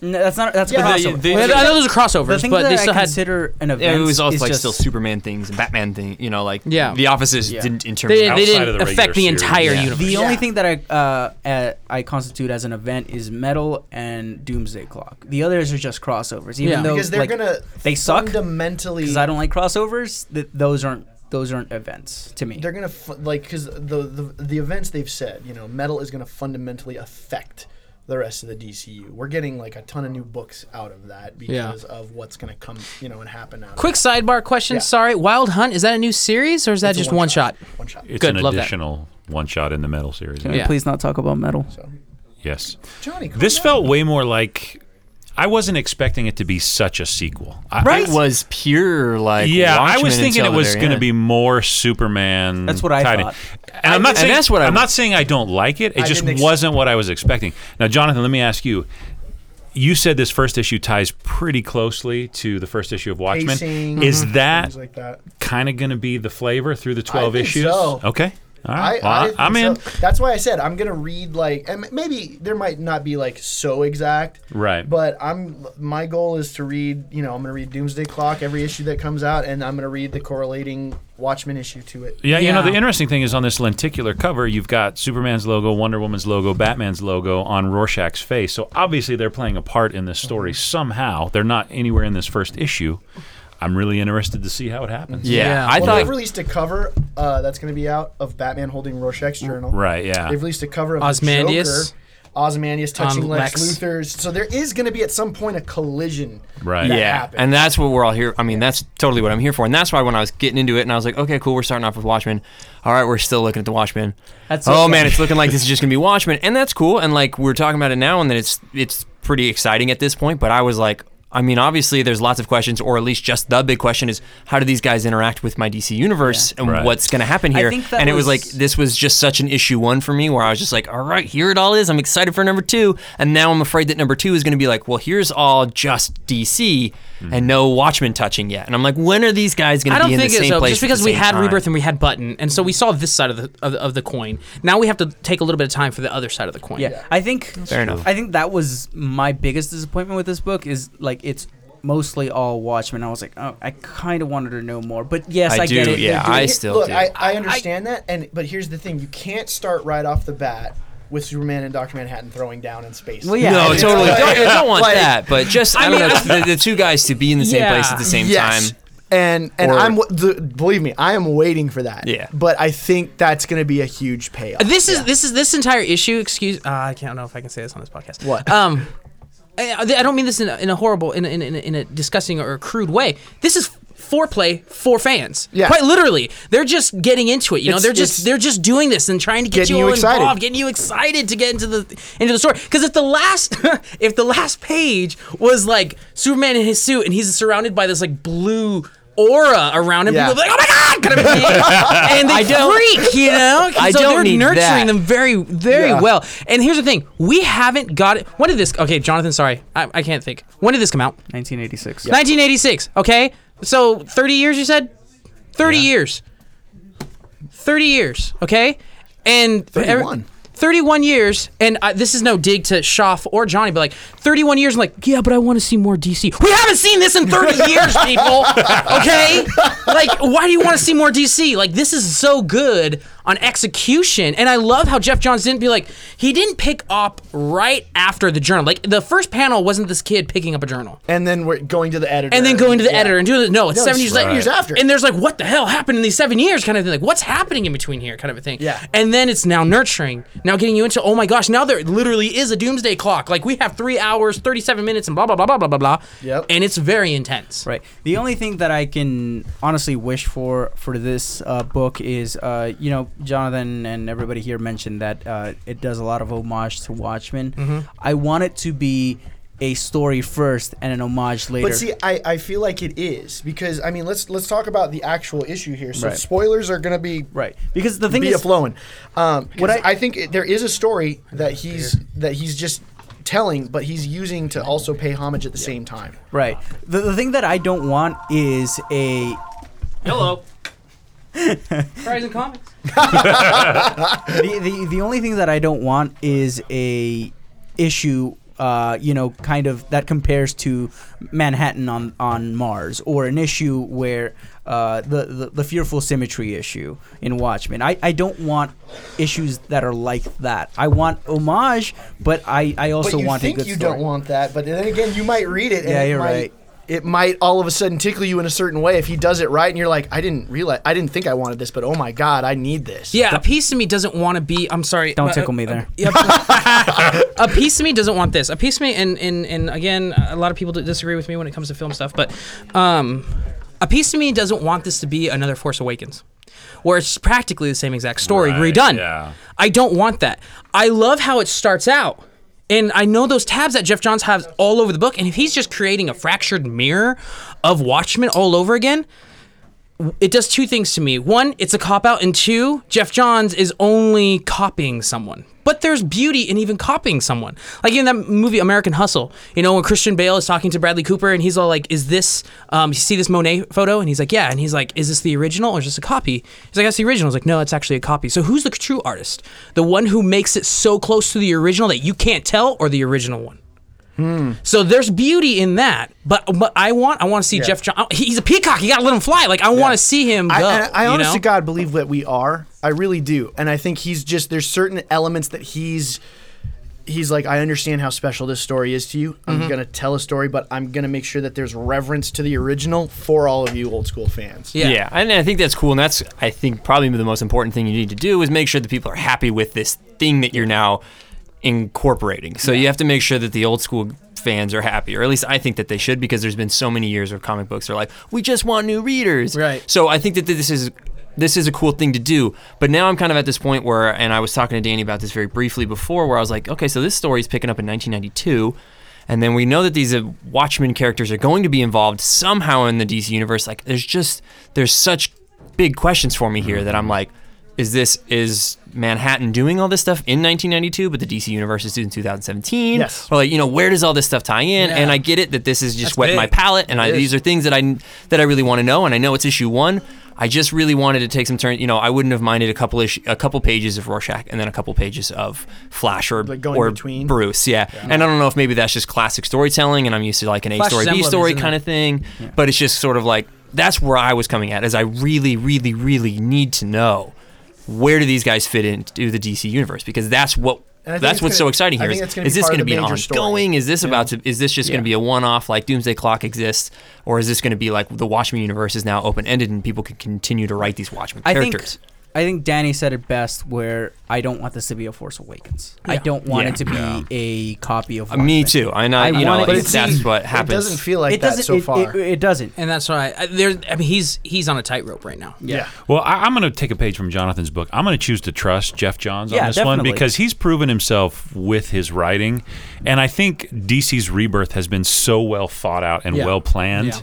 S4: No, that's not that's
S1: Yeah,
S4: crossover.
S1: the-
S3: the-
S2: Well, I know those are
S4: the
S2: crossovers,
S4: thing
S2: but
S4: that
S2: they
S4: I
S2: still had.
S4: consider an
S3: Yeah,
S4: event
S3: it was also
S4: is
S3: like
S4: just,
S3: still Superman things and Batman things, you know, like
S2: Yeah.
S3: the offices
S4: Yeah.
S3: didn't in terms
S2: They,
S3: of
S2: they
S5: outside
S2: didn't
S5: of the
S2: affect the
S5: regular
S2: entire
S5: series. Yeah.
S2: universe.
S4: The
S1: Yeah.
S4: only thing that I uh, uh, I constitute as an event is metal and Doomsday Clock. The others are just crossovers, even
S2: Yeah.
S4: though
S1: because they're
S4: like,
S1: gonna
S4: they suck.
S1: fundamentally.
S4: because I don't like crossovers. Th- those aren't those aren't events to me.
S1: they're gonna fu- like because the, the the events they've said you know metal is gonna fundamentally affect the rest of the DCU. We're getting like a ton of new books out of that because of what's gonna come you know and happen out. of
S2: Quick sidebar question.
S1: Yeah.
S2: Sorry, Wild Hunt is that a new series or is that
S1: It's a
S2: just one shot?
S1: it. one shot.
S5: it's
S2: Good,
S5: an
S2: love that.
S5: additional one shot in the metal series.
S2: we Yeah.
S4: Please not talk about metal.
S1: So
S5: Yes,
S1: Johnny, calm
S5: this
S1: down.
S5: felt way more like I wasn't expecting it to be such a sequel. I,
S3: Right? It was pure like
S5: yeah, I
S3: Watchmen
S5: was thinking it
S3: until
S5: was
S3: the very
S5: going to
S3: end.
S5: be more Superman.
S4: That's what I
S5: tied in.
S4: thought.
S5: And I'm not
S3: And
S5: saying
S3: that's what I
S5: I'm
S3: was-
S5: not saying I don't like it. It
S1: I
S5: just
S1: didn't ex-
S5: wasn't what I was expecting. Now, Jonathan, let me ask you. You said this first issue ties pretty closely to the first issue of Watchmen.
S1: Pacing, Mm-hmm.
S5: Is that
S1: things like that.
S5: kind of going to be the flavor through the 12
S1: think
S5: issues?
S1: so.
S5: Okay. All
S1: I,
S5: right.
S1: I
S5: Ah, Well,
S1: think
S5: I, am
S1: so.
S5: in.
S1: That's why I said I'm gonna read like, and maybe there might not be like so exact,
S5: Right.
S1: But I'm my goal is to read. You know, I'm gonna read Doomsday Clock every issue that comes out, and I'm gonna read the correlating Watchmen issue to it.
S5: Yeah, you know,
S2: Yeah.
S5: the interesting thing is on this lenticular cover, you've got Superman's logo, Wonder Woman's logo, Batman's logo on Rorschach's face. So obviously they're playing a part in this story somehow. They're not anywhere in this first issue. I'm really interested to see how it happens.
S3: Yeah,
S2: Yeah.
S3: I
S1: well,
S3: thought
S1: they've released a cover uh, that's going to be out of Batman holding Rorschach's journal.
S5: Right, yeah.
S1: They've released a cover of
S2: Ozymandias.
S1: The Joker, Ozymandias touching
S2: On
S1: Lex,
S2: Lex.
S1: Luthor's. So there is going to be at some point a collision.
S5: Right.
S1: That
S5: Yeah,
S1: happens.
S3: and that's what we're all here. I mean, that's totally what I'm here for, and that's why when I was getting into it, and I was like, okay, cool, we're starting off with Watchmen. All right, we're still looking at the Watchmen.
S4: That's
S3: oh
S4: it.
S3: man, it's looking like this is just gonna be Watchmen, and that's cool. And like we're talking about it now, and then it's it's pretty exciting at this point. But I was like, I mean, obviously, there's lots of questions, or at least just the big question is how do these guys interact with my DC universe and
S5: Right.
S3: what's going to happen
S4: I
S3: here?
S4: think that
S3: and it was
S4: was-
S3: like this was just such an issue one for me where I was just like, all right, here it all is. I'm excited for number two, and now I'm afraid that number two is going to be like, well, here's all just DC and no Watchmen touching yet. And I'm like, when are these guys going
S2: I
S3: to
S2: don't
S3: be in
S2: think
S3: the
S2: it's
S3: same
S2: so.
S3: place?
S2: Just
S3: at
S2: because
S3: the
S2: we
S3: same
S2: had
S3: time?
S2: Rebirth and we had Button, and so we saw this side of the of, of the coin. Now we have to take a little bit of time for the other side of the coin.
S4: Yeah, I think
S3: Fair enough.
S4: I think that was my biggest disappointment with this book is like it's mostly all Watchmen. I was like, oh, I kind of wanted to know more, but yes, I,
S3: I
S4: get
S3: do,
S4: it.
S3: yeah.
S4: They do-
S3: I
S1: Here-
S3: still
S1: look.
S3: do.
S1: I, I understand that, and but here's the thing: you can't start right off the bat with Superman and Doctor Manhattan throwing down in space.
S4: Well, yeah.
S3: No,
S4: It's
S3: totally.
S1: like-
S3: don't, I don't want
S1: like-
S3: that, but just I,
S2: mean,
S3: don't know the, the two guys to be in the same
S2: Yeah.
S3: place at the same time.
S1: And and
S3: Or-
S1: I'm w- the, believe me, I am waiting for that.
S3: Yeah.
S1: But I think that's going to be a huge payoff.
S2: Uh, This is this is this entire issue. Excuse. Uh, I can't know if I can say this on this podcast.
S1: What?
S2: Um, I, I don't mean this in a, in a horrible, in a, in, a, in a disgusting or crude way. This is foreplay for fans.
S1: Yeah.
S2: Quite literally, they're just getting into it. You know,
S1: It's-
S2: they're
S1: it's-
S2: just they're just doing this and trying to get
S1: Getting
S2: you,
S1: you
S2: all
S1: excited.
S2: involved, getting you excited to get into the into the story. Because if the last if the last page was like Superman in his suit and he's surrounded by this like blue. Aura around him,
S1: Yeah.
S2: people would be like, "Oh my god!" Kind of thing. and they freak, you know.
S3: I
S2: so
S3: don't
S2: they're
S3: need
S2: nurturing
S3: that.
S2: them very, very
S1: Yeah.
S2: well. And here's the thing: we haven't got it. When did this? Okay, Jonathan, sorry, I, I can't think. When did this come out?
S4: 1986.
S2: 1986. Okay, so 30 years, you said. 30 years. 30 years. Okay, and
S1: 31.
S2: 31 years, and I, this is no dig to Schaff or Johnny, but like 31 years, and like, yeah, but I want to see more DC. We haven't seen this in 30 years, people. Okay? Like, why do you want to see more DC? Like, this is so good on execution. And I love how Jeff Johns didn't be like, he didn't pick up right after the journal. Like, the first panel wasn't this kid picking up a journal
S1: and then we're going to the editor.
S2: and then going to the
S1: Yeah.
S2: editor and doing it. No, it's
S1: No,
S2: seven
S1: it's
S2: years,
S1: seven
S2: later.
S1: years after.
S2: And there's like, what the hell happened in these seven years, kind of thing. Like, what's happening in between here, kind of a thing.
S1: Yeah.
S2: And then it's now nurturing, now getting you into, oh my gosh, now there literally is a doomsday clock. Like we have three hours, thirty-seven minutes, and blah blah blah blah blah blah blah.
S1: Yep.
S2: And it's very intense.
S4: Right. The only thing that I can honestly wish for for this uh, book is, uh, you know, Jonathan and everybody here mentioned that uh, it does a lot of homage to Watchmen.
S1: Mm-hmm.
S4: I want it to be a story first and an homage later.
S1: But see, I, I feel like it is because I mean let's let's talk about the actual issue here. So
S4: Right.
S1: spoilers are going to be
S4: right. Because the thing
S1: be
S4: is,
S1: a flowing. Um, what I,
S4: I-
S1: I think it, there is a story that he's that he's just telling, but he's using to also pay homage at the same time.
S4: right. The, the thing that I don't want is a
S2: Hello. Horizon Comics.
S4: the, the the only thing that I don't want is a issue. Uh, you know, kind of that compares to Manhattan on, on Mars, or an issue where uh, the, the the fearful symmetry issue in Watchmen. I, I don't want issues that are like that. I want homage, but I, I
S1: But
S4: also
S1: you
S4: want
S1: think
S4: a good
S1: you
S4: story.
S1: don't want that, but then again, you might read it. And
S4: Yeah,
S1: it
S4: you're
S1: might,
S4: right.
S1: It might all of a sudden tickle you in a certain way if he does it right, and you're like, I didn't realize, I didn't think I wanted this, but oh my god, I need this.
S2: Yeah, a piece of me doesn't want to be. I'm sorry.
S4: Don't
S3: Uh,
S2: but-
S4: tickle me there.
S2: Yep. a piece of me doesn't want this. A piece of me, and and and again, a lot of people d- disagree with me when it comes to film stuff, but um, a piece of me doesn't want this to be another Force Awakens, where it's practically the same exact story
S5: Right,
S2: redone.
S5: yeah.
S2: I don't want that. I love how it starts out. And I know those tabs that Jeff Johns has all over the book. And if he's just creating a fractured mirror of Watchmen all over again, it does two things to me. One, it's a cop out, and two, Jeff Johns is only copying someone. But there's beauty in even copying someone. Like in that movie American Hustle, you know, when Christian Bale is talking to Bradley Cooper and he's all like, Is this, um, you see this Monet photo? And he's like, Yeah. And he's like, Is this the original or is this a copy? He's like, That's the original. He's like, No, it's actually a copy. So who's the true artist? The one who makes it so close to the original that you can't tell or the original one? So there's beauty in that, but but I want I want to see Jeff John. oh, He's a peacock. You gotta let him fly. Like I want to see him go.
S1: I, and I
S2: you
S1: honest to
S2: know?
S1: God believe that we are. I really do, and I think he's just there's certain elements that he's he's like I understand how special this story is to you. I'm
S2: Mm-hmm.
S1: gonna tell a story, but I'm gonna make sure that there's reverence to the original for all of you old school fans.
S2: Yeah.
S3: Yeah, and I think that's cool, and that's I think probably the most important thing you need to do is make sure that people are happy with this thing that you're now incorporating. So you have to make sure that the old school fans are happy, or at least I think that they should, because there's been so many years of comic books that are like, we just want new readers.
S1: Right.
S3: So I think that this is this is a cool thing to do. But now I'm kind of at this point where, and I was talking to Danny about this very briefly before, where I was like, okay, so this story is picking up in 1992. And then we know that these uh, Watchmen characters are going to be involved somehow in the DC universe. Like, there's just there's such big questions for me here that I'm like, is this is Manhattan doing all this stuff in 1992, but the DC universe is in 2017?
S1: Yes.
S3: Or like, you know, where does all this stuff tie in? And
S2: Yeah.
S3: I get it that this is just
S2: That's
S3: wet my
S2: big.
S3: palate, and I,
S2: It is.
S3: these are things that I that I really want to know, and I know it's issue one. I just really wanted to take some turn. You know, I wouldn't have minded a couple ish, a couple pages of Rorschach, and then a couple pages of Flash or
S1: Like going
S3: or
S1: between.
S3: Bruce. Yeah. and I don't know if maybe that's just classic storytelling, and I'm used to like an A
S2: Flash
S3: story,
S2: is
S3: B
S2: emblem,
S3: story
S2: isn't
S3: kind
S2: it?
S3: of thing. But it's just sort of like that's where I was coming at, is I really, really, really need to know where do these guys fit into the DC universe because that's what.
S1: And I think
S3: That's
S1: it's
S3: what's
S1: gonna-
S3: so exciting
S1: I
S3: here.
S1: think
S3: Is,
S1: that's gonna
S3: is
S1: be
S3: this
S1: part of
S3: going to
S1: the
S3: be an
S1: major story.
S3: ongoing? Is this about to? Is this just going to be a one-off? Like Doomsday Clock exists, or is this going to be like the Watchmen universe is now open-ended and people can continue to write these Watchmen
S4: I think
S3: characters?
S4: I think Danny said it best where I don't want this to be a Force Awakens. I
S2: Yeah.
S4: don't want
S3: Yeah.
S4: it to be a copy of
S3: Uh, me
S4: Watchmen.
S3: too. I know.
S4: I
S3: you
S4: want
S3: know,
S4: it
S3: like,
S4: to
S3: that's
S1: see-
S3: what
S1: It
S3: happens.
S1: doesn't feel like
S4: it
S1: that
S4: doesn't
S1: so
S4: it,
S1: far.
S4: It, it doesn't.
S2: And that's why I, there. I mean, he's he's on a tightrope right now.
S1: yeah.
S5: Well, I, I'm going to take a page from Jonathan's book. I'm going to choose to trust Jeff Johns
S4: Yeah,
S5: on this
S4: definitely.
S5: one because he's proven himself with his writing, and I think DC's rebirth has been so well thought out and
S2: Yeah.
S5: well planned.
S2: Yeah.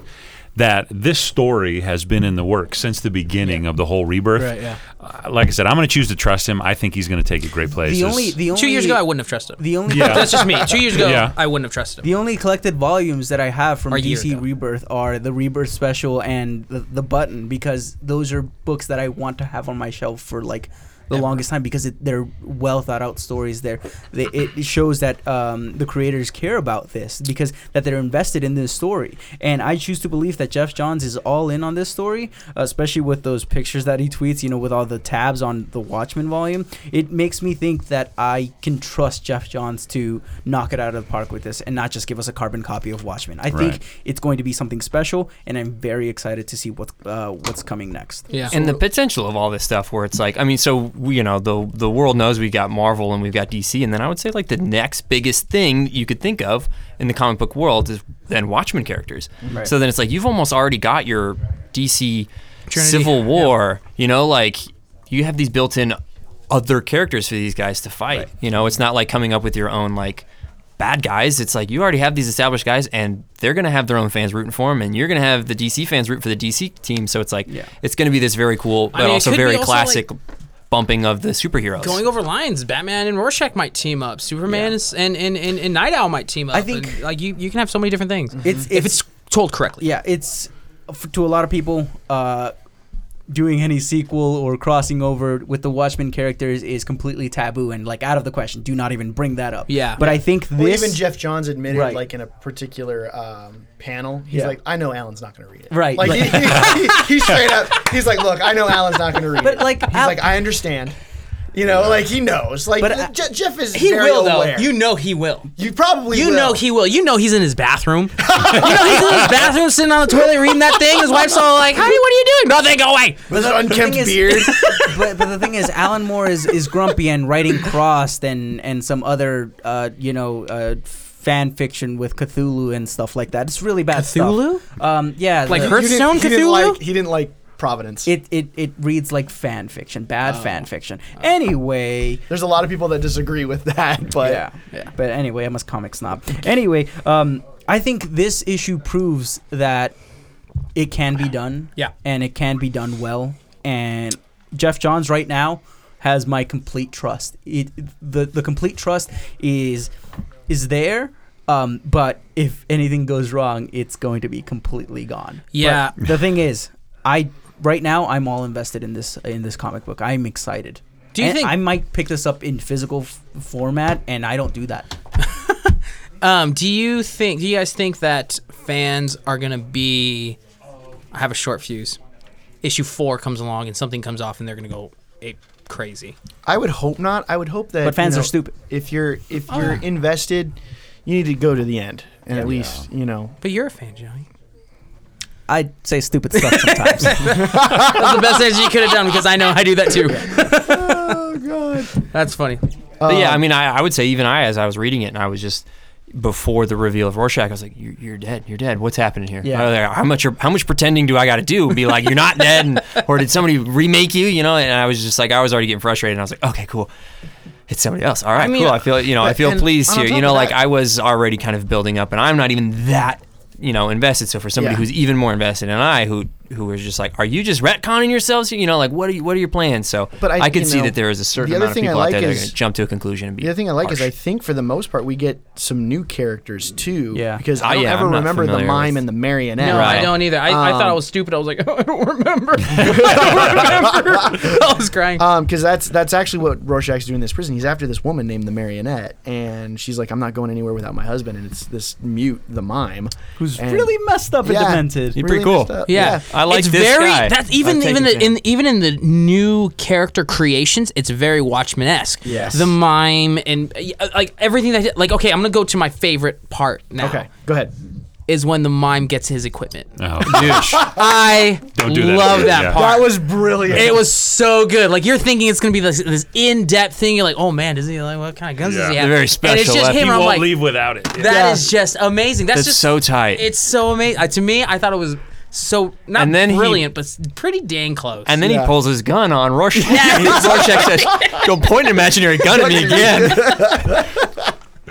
S5: That this story has been in the works since the beginning of the whole rebirth.
S2: Right, yeah.
S5: Uh, like I said, I'm going to choose to trust him. I think he's going to take it great places.
S4: The only the only
S2: Two years ago, I wouldn't have trusted him.
S4: the only
S5: Yeah.
S2: That's just me. Two years ago,
S5: Yeah.
S2: I wouldn't have trusted him.
S4: The only collected volumes that I have from
S2: Or a year
S4: DC
S2: ago.
S4: Rebirth are the Rebirth Special and the, the Button because those are books that I want to have on my shelf for like the longest time because it, they're well thought out stories. There, they, it shows that um, the creators care about this because that they're invested in this story. And I choose to believe that Jeff Johns is all in on this story, especially with those pictures that he tweets. You know, with all the tabs on the Watchmen volume, it makes me think that I can trust Jeff Johns to knock it out of the park with this and not just give us a carbon copy of Watchmen. I
S5: Right.
S4: think it's going to be something special, and I'm very excited to see what's uh, what's coming next.
S2: yeah.
S3: and the potential of all this stuff where it's like i mean so we, you know the the world knows we've got marvel and we've got dc and then i would say like the next biggest thing you could think of in the comic book world is then watchmen characters
S4: Right.
S3: so then it's like you've almost already got your dc
S2: Trinity.
S3: civil war you know like you have these built-in other characters for these guys to fight you know it's not like coming up with your own like bad guys it's like you already have these established guys and they're going to have their own fans rooting for them and you're going to have the dc fans root for the dc team so it's like
S4: Yeah.
S3: it's going to be this very cool, but
S2: mean, it
S3: also
S2: could be
S3: very
S2: also,
S3: classic bumping of the superheroes.
S2: Going over lines, Batman and Rorschach might team up. Superman is- and, and, and, and Night Owl might team up.
S4: I think-
S2: And, like you, you can have so many different things.
S4: It's-
S2: if
S4: it's-
S2: it's told correctly.
S4: Yeah, it's f- to a lot of people. Uh, Doing any sequel or crossing over with the Watchmen characters is completely taboo and like out of the question. Do not even bring that up.
S2: Yeah.
S4: But I think this.
S1: Well, even Jeff Johns admitted,
S4: Right.
S1: like in a particular um, panel, he's
S4: Yeah.
S1: like, "I know Alan's not going to read it."
S4: Right.
S1: Like he, he, he straight up, he's like, "Look, I know Alan's not going to read
S4: But,
S1: it."
S4: like,
S1: he's
S4: Al-
S1: like, "I understand." You know, like he knows. Like
S4: But, uh,
S1: Je- Jeff is
S2: He
S1: very
S2: will
S1: aware.
S2: though. You know he will.
S1: you probably
S2: You
S1: will.
S2: know he will. You know he's in his bathroom. you know he's in his bathroom sitting on the toilet reading that thing. His wife's all like, "Honey, what are you doing?" Nothing. Go away.
S1: with his
S4: the- the
S1: unkempt
S4: thing is-
S1: beard.
S4: but, but the thing is, Alan Moore is, is grumpy and writing crossed and and some other uh, you know uh, fan fiction with Cthulhu and stuff like that. It's really bad
S2: Cthulhu?
S4: stuff. Um, yeah,
S2: Like
S4: the-
S2: her- Hearthstone
S1: he didn't, he didn't
S2: Cthulhu?
S1: like. He didn't like Providence.
S4: It, it it reads like fan fiction,
S2: Oh.
S4: bad fan fiction. Anyway,
S1: There's a lot of people that disagree with that, but
S4: yeah, But anyway, I'm a comic snob. Anyway, um, I think this issue proves that it can be done.
S2: Yeah.
S4: And it can be done well. And Jeff Johns right now has my complete trust. It the the complete trust is is there. Um, but if anything goes wrong, it's going to be completely gone.
S2: Yeah.
S4: But the thing is, I right now I'm all invested in this in this comic book. I'm excited.
S2: Do you
S4: And
S2: think-
S4: I might pick this up in physical f- format? And I don't do that.
S2: Um, do you think? Do you guys think that fans are gonna be? I have a short fuse. Issue four comes along and something comes off and they're gonna go ape crazy.
S1: I would hope not. I would hope that.
S4: But fans
S1: you know,
S4: are stupid. Oh,
S1: If you're if you're invested, you need to go to the end and at least you know.
S2: But you're a fan, Johnny.
S4: I say stupid stuff sometimes.
S2: That's the best answer you could have done because I know I do that too.
S1: Oh God.
S2: That's funny.
S3: But yeah, I
S1: Um,
S3: mean, I, I would say even I, as I was reading it, and I was just before the reveal of Rorschach, I was like, "You're, you're dead. You're dead. What's happening here?
S4: Yeah.
S3: Are there- how much are, how much pretending do I got to do? Be like, you're not dead, and, or did somebody remake you? You know?" And I was just like, I was already getting frustrated, and I was like, "Okay, cool." it's somebody else. All right,
S2: mean,
S3: cool. I feel you know, I feel
S2: and
S3: pleased
S2: on
S3: here.
S2: top
S3: You
S2: of
S3: know, like
S2: that-
S3: I was already kind of building up, and I'm not even that you know invested. So for somebody
S1: Yeah.
S3: who's even more invested than I, who who was just like, are you just retconning yourselves? here?" You know, like what are you, what are your plans? So
S1: But I-
S3: I, can
S1: you
S3: see
S1: know,
S3: that there is a certain
S1: the other
S3: amount of
S1: thing I
S3: people
S1: like
S3: out there that
S1: is-
S3: are going to jump to a conclusion and be.
S1: The other thing I like is I
S3: harsh.
S1: think for the most part we get some new characters too.
S4: Yeah.
S1: Because I
S3: Oh,
S1: don't
S3: yeah,
S1: ever
S3: I'm not
S1: remember the
S3: familiar
S1: mime
S3: with-
S1: and the marionette.
S2: No, I
S3: Right.
S2: don't either. I, I thought I was stupid. I was like, I don't remember. I don't remember. I was crying.
S1: because Um, that's that's actually what Rorschach's doing in this prison. He's after this woman named the Marionette, and she's like, "I'm not going anywhere without my husband." And it's this mute, the mime,
S4: who's
S1: And-
S4: really messed up
S1: Yeah.
S4: and demented.
S3: You're pretty cool.
S1: messed up.
S2: Yeah.
S3: I like
S2: it's
S3: this
S2: very,
S3: guy.
S2: That's
S3: I'll
S2: even
S3: take
S2: even
S3: it
S2: the,
S3: there.
S2: in even in the new character creations, it's very Watchmen esque.
S1: Yes.
S2: The mime and uh, like everything that like okay, I'm gonna go to my favorite part now.
S1: Okay, go ahead.
S2: Is when the mime gets his equipment.
S5: Oh, douche.
S2: I
S5: Don't do that
S2: love
S5: again,
S2: that
S5: yeah.
S2: part.
S1: was brilliant.
S2: it was so good. Like you're thinking it's gonna be this, this in depth thing. You're like, oh man, does he like what kind of guns does
S5: Yeah.
S2: he have?
S3: They're very
S2: And it's
S3: special,
S2: just
S3: uh,
S2: him.
S5: you
S2: and I'm
S5: won't
S2: like,
S5: leave without it.
S2: That is
S1: Yeah.
S2: just amazing. That's,
S3: That's
S2: just
S3: so tight.
S2: It's so amazing uh, to me. I thought it was so not
S3: And then he-
S2: brilliant, but s- pretty dang close.
S3: and then
S1: Yeah.
S3: he pulls his gun on Rorschach. Rorschach says, "Don't point an imaginary gun at me again."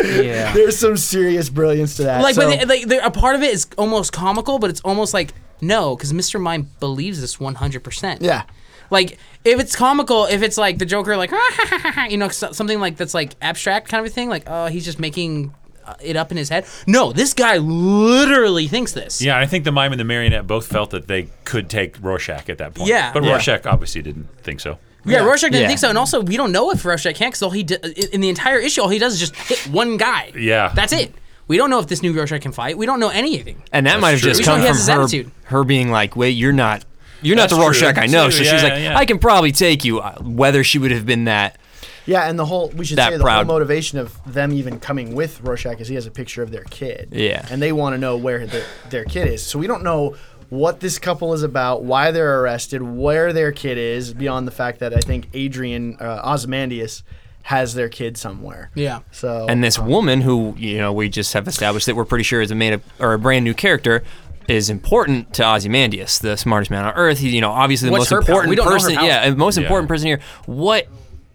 S4: Yeah.
S1: There's some serious brilliance to that.
S2: like,
S1: so,
S2: but they, like, they're- a part of it is almost comical, but it's almost like no, because Mr. Mime believes this 100. percent
S1: yeah,
S2: Like, if it's comical, if it's like the Joker, like you know, so- something like that's like abstract kind of a thing, like oh, he's just making uh, it up in his head. No, this guy literally thinks this.
S5: Yeah, I think the mime and the marionette both felt that they could take Rorschach at that point.
S2: Yeah.
S5: But
S2: Yeah.
S5: Rorschach obviously didn't think so.
S2: Yeah, Rorschach didn't
S3: Yeah.
S2: think so, and also we don't know if Rorschach can because all he d- in- in the entire issue, all he does is just hit one guy.
S5: Yeah.
S2: that's it. We don't know if this new Rorschach can fight. We don't know anything.
S3: And that might have
S5: true.
S3: just
S5: Usually
S3: come
S2: he
S3: from
S2: has
S3: her,
S2: his attitude.
S3: her being like, "Wait, you're not, you're not
S5: That's
S3: the Rorschach
S5: true,
S3: I know."
S5: too.
S3: So
S5: Yeah,
S3: she's like,
S5: yeah.
S3: "I can probably take you." Uh, Whether she would have been that,
S1: yeah, and the whole we should
S3: That
S1: say the
S3: proud-
S1: whole motivation of them even coming with Rorschach is he has a picture of their kid.
S3: Yeah.
S1: and they want to know where their their kid is. So we don't know what this couple is about, why they're arrested, where their kid is, beyond the fact that I think Adrian uh, Ozymandias has their kid somewhere.
S2: Yeah.
S1: So
S3: and this woman who you know we just have established that we're pretty sure is a made up or a brand new character is important to Ozymandias, the smartest man on earth. He's you know obviously the
S2: What's her
S3: most
S2: power? We
S3: important
S2: don't know her
S3: person.
S2: power.
S3: Yeah, and most
S5: Yeah.
S3: important person here. What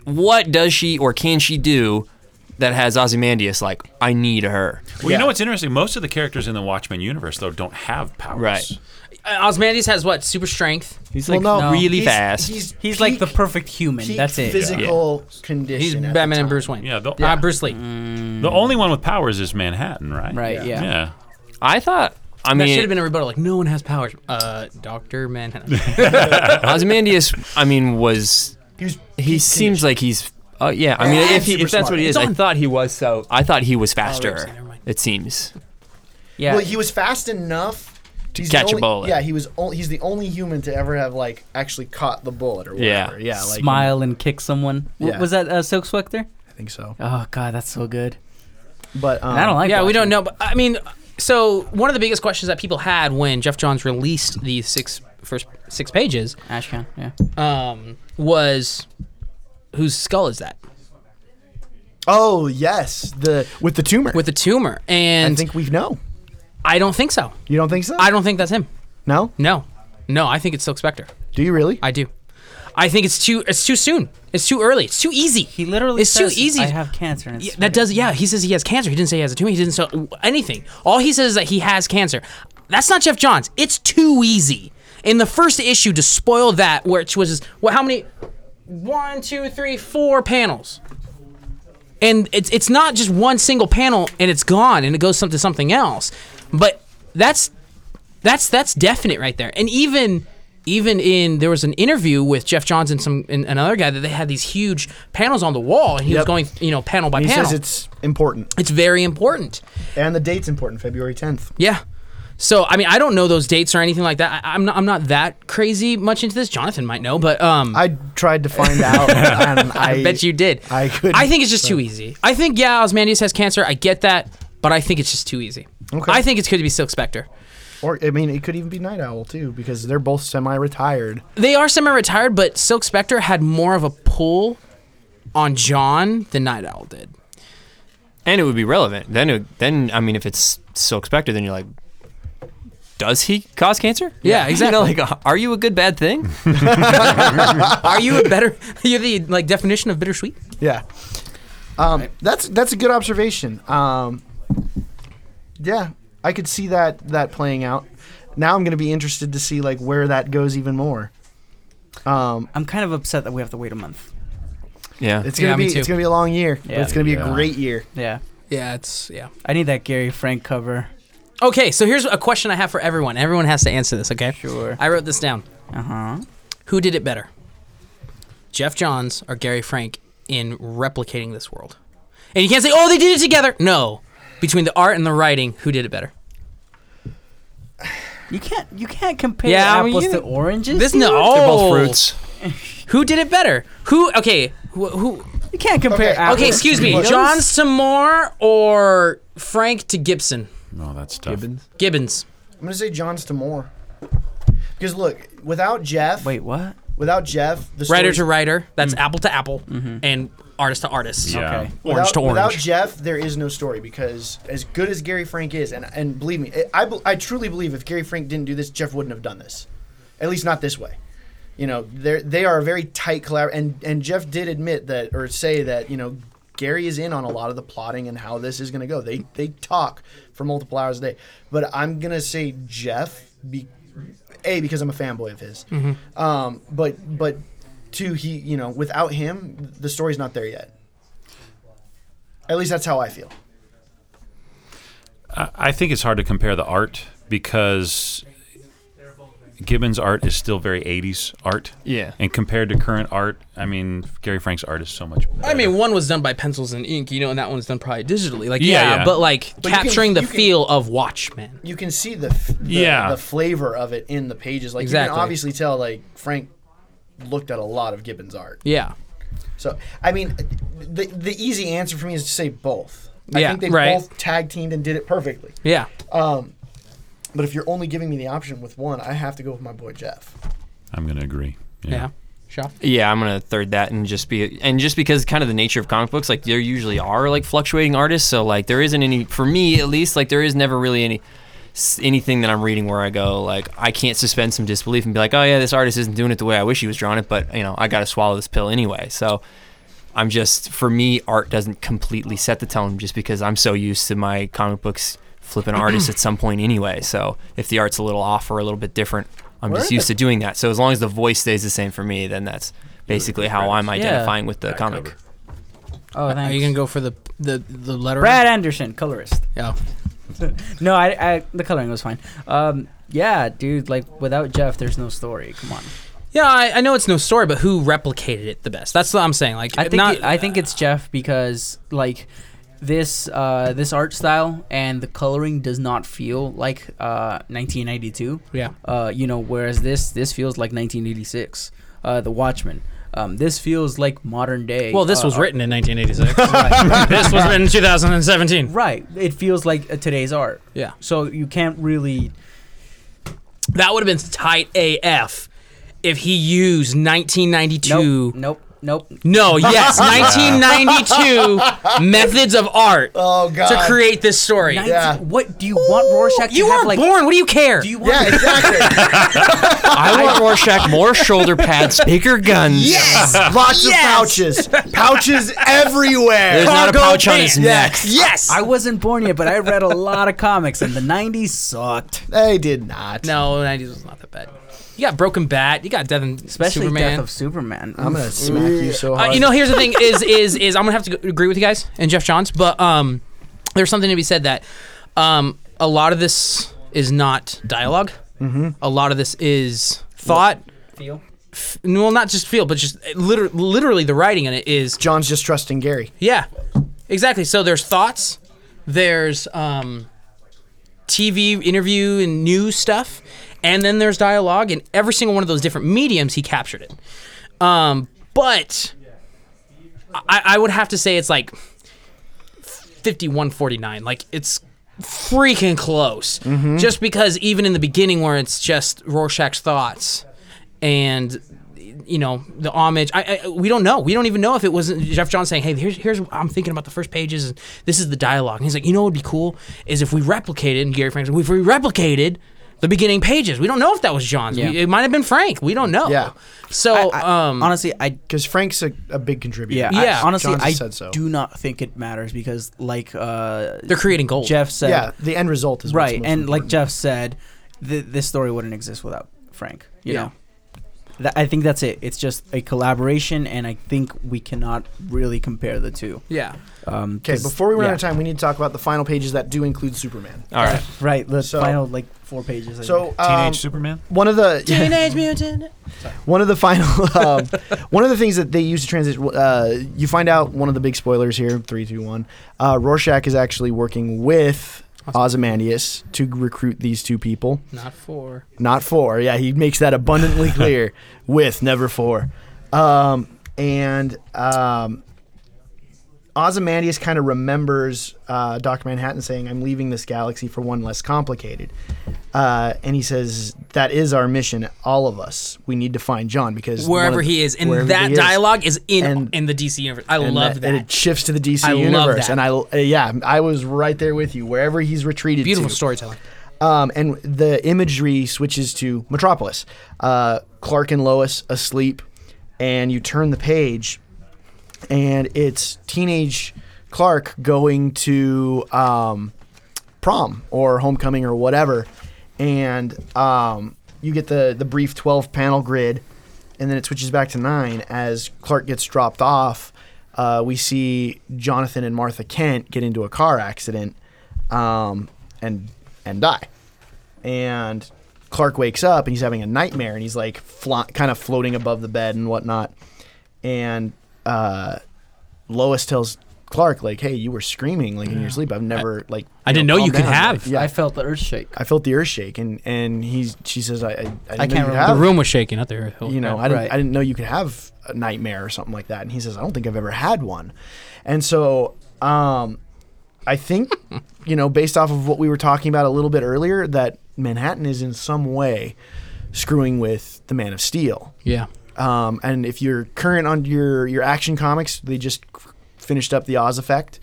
S3: what does she or can she do that has Ozymandias like I need her?
S5: Well,
S1: Yeah.
S5: you know what's interesting? Most of the characters in the Watchmen universe though don't have powers.
S3: Right.
S2: Uh, Ozymandias has what super strength.
S3: He's
S1: Well,
S3: like
S1: no,
S3: really
S1: he's-
S3: fast.
S1: He's,
S4: He's like the
S1: peak-
S4: perfect human.
S1: peak
S4: That's it.
S1: Physical condition.
S2: He's
S1: at the
S2: Batman and
S1: time.
S2: Bruce Wayne.
S5: Yeah, the-
S2: uh,
S5: Yeah. Mm-hmm.
S2: Bruce Lee.
S5: The only one with powers is Manhattan, right?
S4: Right, Yeah. yeah.
S5: Yeah.
S3: I thought. I
S2: That
S3: mean,
S2: should have been a rebuttal. Like no one has powers. Uh, Doctor Manhattan.
S3: Ozymandias, I mean, was
S1: He was
S3: he seems like he's. Oh yeah, I mean,
S1: Yeah,
S3: if, he,
S1: super
S3: if that's
S1: smart.
S3: what he
S1: He's
S3: is, I
S2: on-
S3: thought he was so. I thought he was
S2: right,
S3: faster.
S2: never mind.
S3: it seems.
S4: Yeah.
S1: Well, he was fast enough to
S3: catch a bullet.
S1: Yeah, he was. Only, he's the only human to ever have like actually caught the bullet or
S3: Yeah.
S1: whatever. Yeah, like
S4: Smile and kick someone. W-
S1: Yeah.
S4: Was that uh, Silk Spectre?
S1: I think so.
S4: Oh god, that's so good.
S1: But um,
S4: And I don't like.
S2: yeah, we
S4: Watchmen.
S2: don't know. But I mean, so one of the biggest questions that people had when Jeff Johns released these six first six pages
S4: Ashcan. Yeah.
S2: um, was, whose skull is that
S1: Oh yes, the with the tumor.
S2: with the tumor? And
S1: I think we know.
S2: I don't think so.
S1: You don't think so?
S2: I don't think that's him.
S1: no.
S2: No, no, I think it's Silk Spectre.
S1: Do you really?
S2: I do. I think it's too. It's too soon. It's too early. It's too easy.
S4: He literally.
S2: It's
S4: says,
S2: too easy.
S4: I have cancer. And it's
S2: Yeah, that does. Yeah, he says he has cancer. He didn't say he has a tumor. He didn't say anything. All he says is that he has cancer. That's not Jeff Johns. It's too easy. In the first issue, to spoil that, which was what? How many? One, two, three, four panels. And it's it's not just one single panel, and it's gone, and it goes some- to something else. But that's that's that's definite right there. And even even in there was an interview with Jeff Johns and some and another guy that they had these huge panels on the wall, and he was
S1: Yep.
S2: going you know panel by
S1: He
S2: panel.
S1: says it's important,
S2: It's very important.
S1: and the date's important, February tenth.
S2: Yeah. So I mean, I don't know those dates or anything like that. I, I'm not. I'm not that crazy much into this. Jonathan might know, but um, I,
S1: I tried to find out, and I,
S2: bet you did.
S1: I couldn't,
S2: I think it's just too easy. I think yeah, Osmandius has cancer. I get that, but I think it's just too easy.
S1: Okay.
S2: I think it's could be Silk Spectre.
S1: Or I mean, it could even be Night Owl too, because they're both semi-retired.
S2: They are semi-retired, but Silk Spectre had more of a pull on John than Night Owl did.
S3: and it would be relevant. Then, it, then I mean, if it's Silk Spectre, then you're like, does he cause cancer?
S2: Yeah, exactly.
S3: You know, like, uh, are you a good bad thing?
S2: Are you a better? You're the like definition of bittersweet.
S1: Yeah. Um, That's that's a good observation. Um, yeah, I could see that that playing out. Now I'm going to be interested to see like where that goes even more. Um,
S4: I'm kind of upset that we have to wait a month.
S3: Yeah.
S1: it's
S2: Yeah,
S1: gonna
S2: me
S1: be
S2: too.
S1: it's gonna be a long year, but
S4: Yeah.
S1: it's gonna be
S5: Yeah.
S1: a great year.
S4: Yeah,
S2: Yeah, it's yeah.
S4: I need that Gary Frank cover.
S2: Okay, so here's a question I have for everyone. Everyone has to answer this, okay?
S4: Sure.
S2: I wrote this down.
S4: Uh huh.
S2: Who did it better? Jeff Johns or Gary Frank in replicating this world? And you can't say, "Oh, they did it together." No. Between the art and the writing, who did it better?
S4: You can't you can't compare
S2: Yeah, I mean,
S4: apples
S2: you-
S4: to oranges.
S2: This
S4: dude.
S2: no.
S3: They're both fruits.
S2: Who did it better? Who Okay, who, who
S4: You can't compare
S1: Okay,
S4: apples.
S2: Okay, excuse me.
S1: Look.
S2: Johns to Moore or Frank to Gibson?
S5: No, Oh, that's tough.
S2: Gibbons.
S1: I'm gonna say Johns to Moore because look, without Jeff,
S4: Wait, what?
S1: without Jeff, the
S2: Writer
S1: stories-
S2: to writer, that's apple to apple, and artist to artist.
S5: Yeah.
S4: Okay.
S2: Orange
S1: without,
S2: to orange.
S1: Without Jeff, there is no story because as good as Gary Frank is, and and believe me, I, I bel- I truly believe if Gary Frank didn't do this, Jeff wouldn't have done this, at least not this way. You know, they they are a very tight collab, and and Jeff did admit that or say that you know. Gary is in on a lot of the plotting and how this is going to go. They they talk for multiple hours a day, but I'm going to say Jeff, be, a because I'm a fanboy of his,
S2: Mm-hmm.
S1: um, but but two he you know without him the story's not there yet. At least that's how I feel.
S5: I, I think it's hard to compare the art because Gibbons' art is still very 80s art.
S3: Yeah.
S5: And compared to current art, I mean, Gary Frank's art is so much better.
S2: I mean, one was done by pencils and ink, you know, and that one's done probably digitally. Like,
S5: Yeah,
S2: yeah,
S5: yeah.
S2: but like
S1: you can-
S2: capturing
S1: you
S2: the
S1: can-
S2: feel of Watchmen.
S1: You can see the f- the,
S5: Yeah.
S1: the flavor of it in the pages. Like you
S2: Exactly.
S1: can obviously tell like Frank looked at a lot of Gibbons art.
S2: Yeah.
S1: So I mean, the the easy answer for me is to say both. I
S2: Yeah,
S1: think they
S2: right.
S1: both tag teamed and did it perfectly.
S2: Yeah.
S1: But if you're only giving me the option with one, I have to go with my boy Jeff.
S5: I'm going to agree. Yeah.
S2: yeah. Shaw?
S3: Yeah, I'm gonna third that and just be and just because kind of the nature of comic books, like there usually are like fluctuating artists, so like there isn't any for me at least, like there is never really any s- anything that I'm reading where I go like I can't suspend some disbelief and be like, oh yeah, this artist isn't doing it the way I wish he was drawing it, but you know I got to swallow this pill anyway. So I'm just for me, art doesn't completely set the tone just because I'm so used to my comic books flipping artists at some point anyway. So if the art's a little off or a little bit different, I'm
S1: Where
S3: just
S1: are
S3: used
S1: the-
S3: to doing that. So as long as the voice stays the same for me, then that's basically how I'm identifying with the
S5: That
S3: comic.
S5: cover.
S4: Oh,
S2: Are
S4: thanks.
S2: you going to go for the the, the letter?
S4: Brad Anderson, colorist.
S2: Oh.
S4: No, I, I the coloring was fine. Um, yeah, dude, like without Jeff, there's no story. Come on.
S2: Yeah, I, I know it's no story, but who replicated it the best? That's what I'm saying. Like,
S4: I think
S2: not,
S4: it- I think it's Jeff because like this uh, this art style and the coloring does not feel like uh, 1992.
S2: Yeah.
S4: Uh, you know, whereas this this feels like 1986. Uh, the Watchmen. Um, this feels like modern day.
S2: Well, this
S4: uh,
S2: was written in 1986. this was written in 2017.
S4: Right. It feels like uh, today's art.
S2: Yeah.
S4: So you can't really.
S2: That would have been tight AF if he used 1992.
S4: Nope. Nope. Nope.
S2: No, yes, 1992 methods of art
S1: Oh God.
S2: to create this story.
S1: Yeah.
S4: What do you want Rorschach to
S2: You
S4: have?
S2: were
S4: Like,
S2: born. What do you care?
S4: do you want?
S1: Yeah, exactly.
S3: I want Rorschach more shoulder pads, bigger guns.
S1: yes. Lots of pouches. Pouches everywhere.
S3: There's not a
S2: Cargo
S3: pouch on
S2: pants.
S3: his neck.
S1: Yes.
S4: I wasn't born yet, but I read a lot of comics, and the '90s sucked.
S1: they did not.
S2: no, 90s was not that bad. You got Broken Bat. You got Devin,
S4: Especially
S2: Superman.
S4: Death of Superman.
S1: I'm gonna smack you so
S2: Uh,
S1: hard.
S2: you know, here's the thing: is is is I'm gonna have to g- agree with you guys and Jeff Johns, but um, there's something to be said that um, a lot of this is not dialog A lot of this is Mm-hmm. thought.
S4: feel.
S2: No, Well, not just feel, but just uh, liter- literally the writing in it is
S1: John's just trusting Gary.
S2: yeah, exactly. So there's thoughts, there's um, TV interview and news stuff, and then there's dialogue. In every single one of those different mediums, he captured it. Um, but I, I would have to say it's like 51-49. Like it's freaking close.
S4: Mm-hmm.
S2: Just because even in the beginning where it's just Rorschach's thoughts and you know the homage. I, I we don't know. We don't even know if it wasn't Jeff Johns saying, "Hey, here's here's I'm thinking about the first pages and this is the dialogue." And he's like, "You know what would be cool is if we replicated." And Gary Frank, said, "If we replicated the beginning pages. We don't know if that was John's.
S4: Yeah.
S2: We, it might have been Frank. We don't know.
S1: Yeah.
S2: So
S4: I- I-
S2: um,
S4: honestly, I
S1: because Frank's a, a big contributor.
S4: yeah,
S2: Yeah.
S4: I, honestly,
S1: Johnson
S4: I
S1: said so.
S4: do not think it matters because, like uh,
S2: they're creating gold.
S4: Jeff said,
S1: yeah. The end result is what's
S4: right,
S1: most
S4: and like
S1: important.
S4: Jeff said, th- this story wouldn't exist without Frank. You
S2: Yeah.
S4: know, Tha- I think that's it. It's just a collaboration, and I think we cannot really compare the two.
S2: Yeah.
S4: Um,
S1: Okay,
S4: 'cause-
S1: before we run
S4: yeah.
S1: out of time, we need to talk about the final pages that do include Superman.
S3: All right.
S4: right? The
S1: So-
S4: final like four pages. I
S1: So
S5: Teenage
S1: um,
S5: Superman.
S1: one of the
S2: Teenage Mutant.
S1: one of the final um, one of the things that they use to transition uh, you find out one of the big spoilers here three two one uh, Rorschach is actually working with Ozymandias to recruit these two people
S2: Not four.
S1: not for yeah he makes that abundantly clear with never for um, and um, Ozymandias kind of remembers uh, Dr. Manhattan saying, I'm leaving this galaxy for one less complicated. Uh, and he says, That is our mission, all of us. We need to find John because. one
S2: Wherever
S1: of-
S2: he is,
S1: wherever
S2: and that
S1: he is.
S2: dialogue is in
S1: And-
S2: in the DC universe. I
S1: And
S2: love that.
S1: And it shifts to the DC
S2: I love
S1: universe.
S2: that.
S1: And I, uh, yeah, I was right there with you, wherever he's retreated
S2: Beautiful
S1: to.
S2: storytelling.
S1: Um, and the imagery switches to Metropolis. Uh, Clark and Lois asleep, and you turn the page, and it's teenage Clark going to um, prom or homecoming or whatever, and um, you get the the brief twelve panel grid, and then it switches back to nine as Clark gets dropped off. Uh, we see Jonathan and Martha Kent get into a car accident, um, and and die. And Clark wakes up and he's having a nightmare and he's like fly, kind of floating above the bed and whatnot. And uh, Lois tells Clark like, "Hey, you were screaming like in your sleep. I've never like
S2: I didn't know
S1: calm
S2: you could
S1: down."
S2: have.
S1: Like, yeah, I,
S4: felt the earth shake.
S1: felt the earth shake and and he's she says I I, I, didn't know
S4: can't
S1: you could
S4: remember.
S1: have-
S2: The room was shaking out there. Oh,
S1: you know, I didn't,
S4: Right.
S1: I didn't know you could have a nightmare or something like that. And he says, I don't think I've ever had one. And so, um, I think, you know, based off of what we were talking about a little bit earlier, that Manhattan is in some way screwing with the Man of Steel.
S2: yeah.
S1: Um, and if you're current on your your action comics, they just f- finished up the Oz Effect,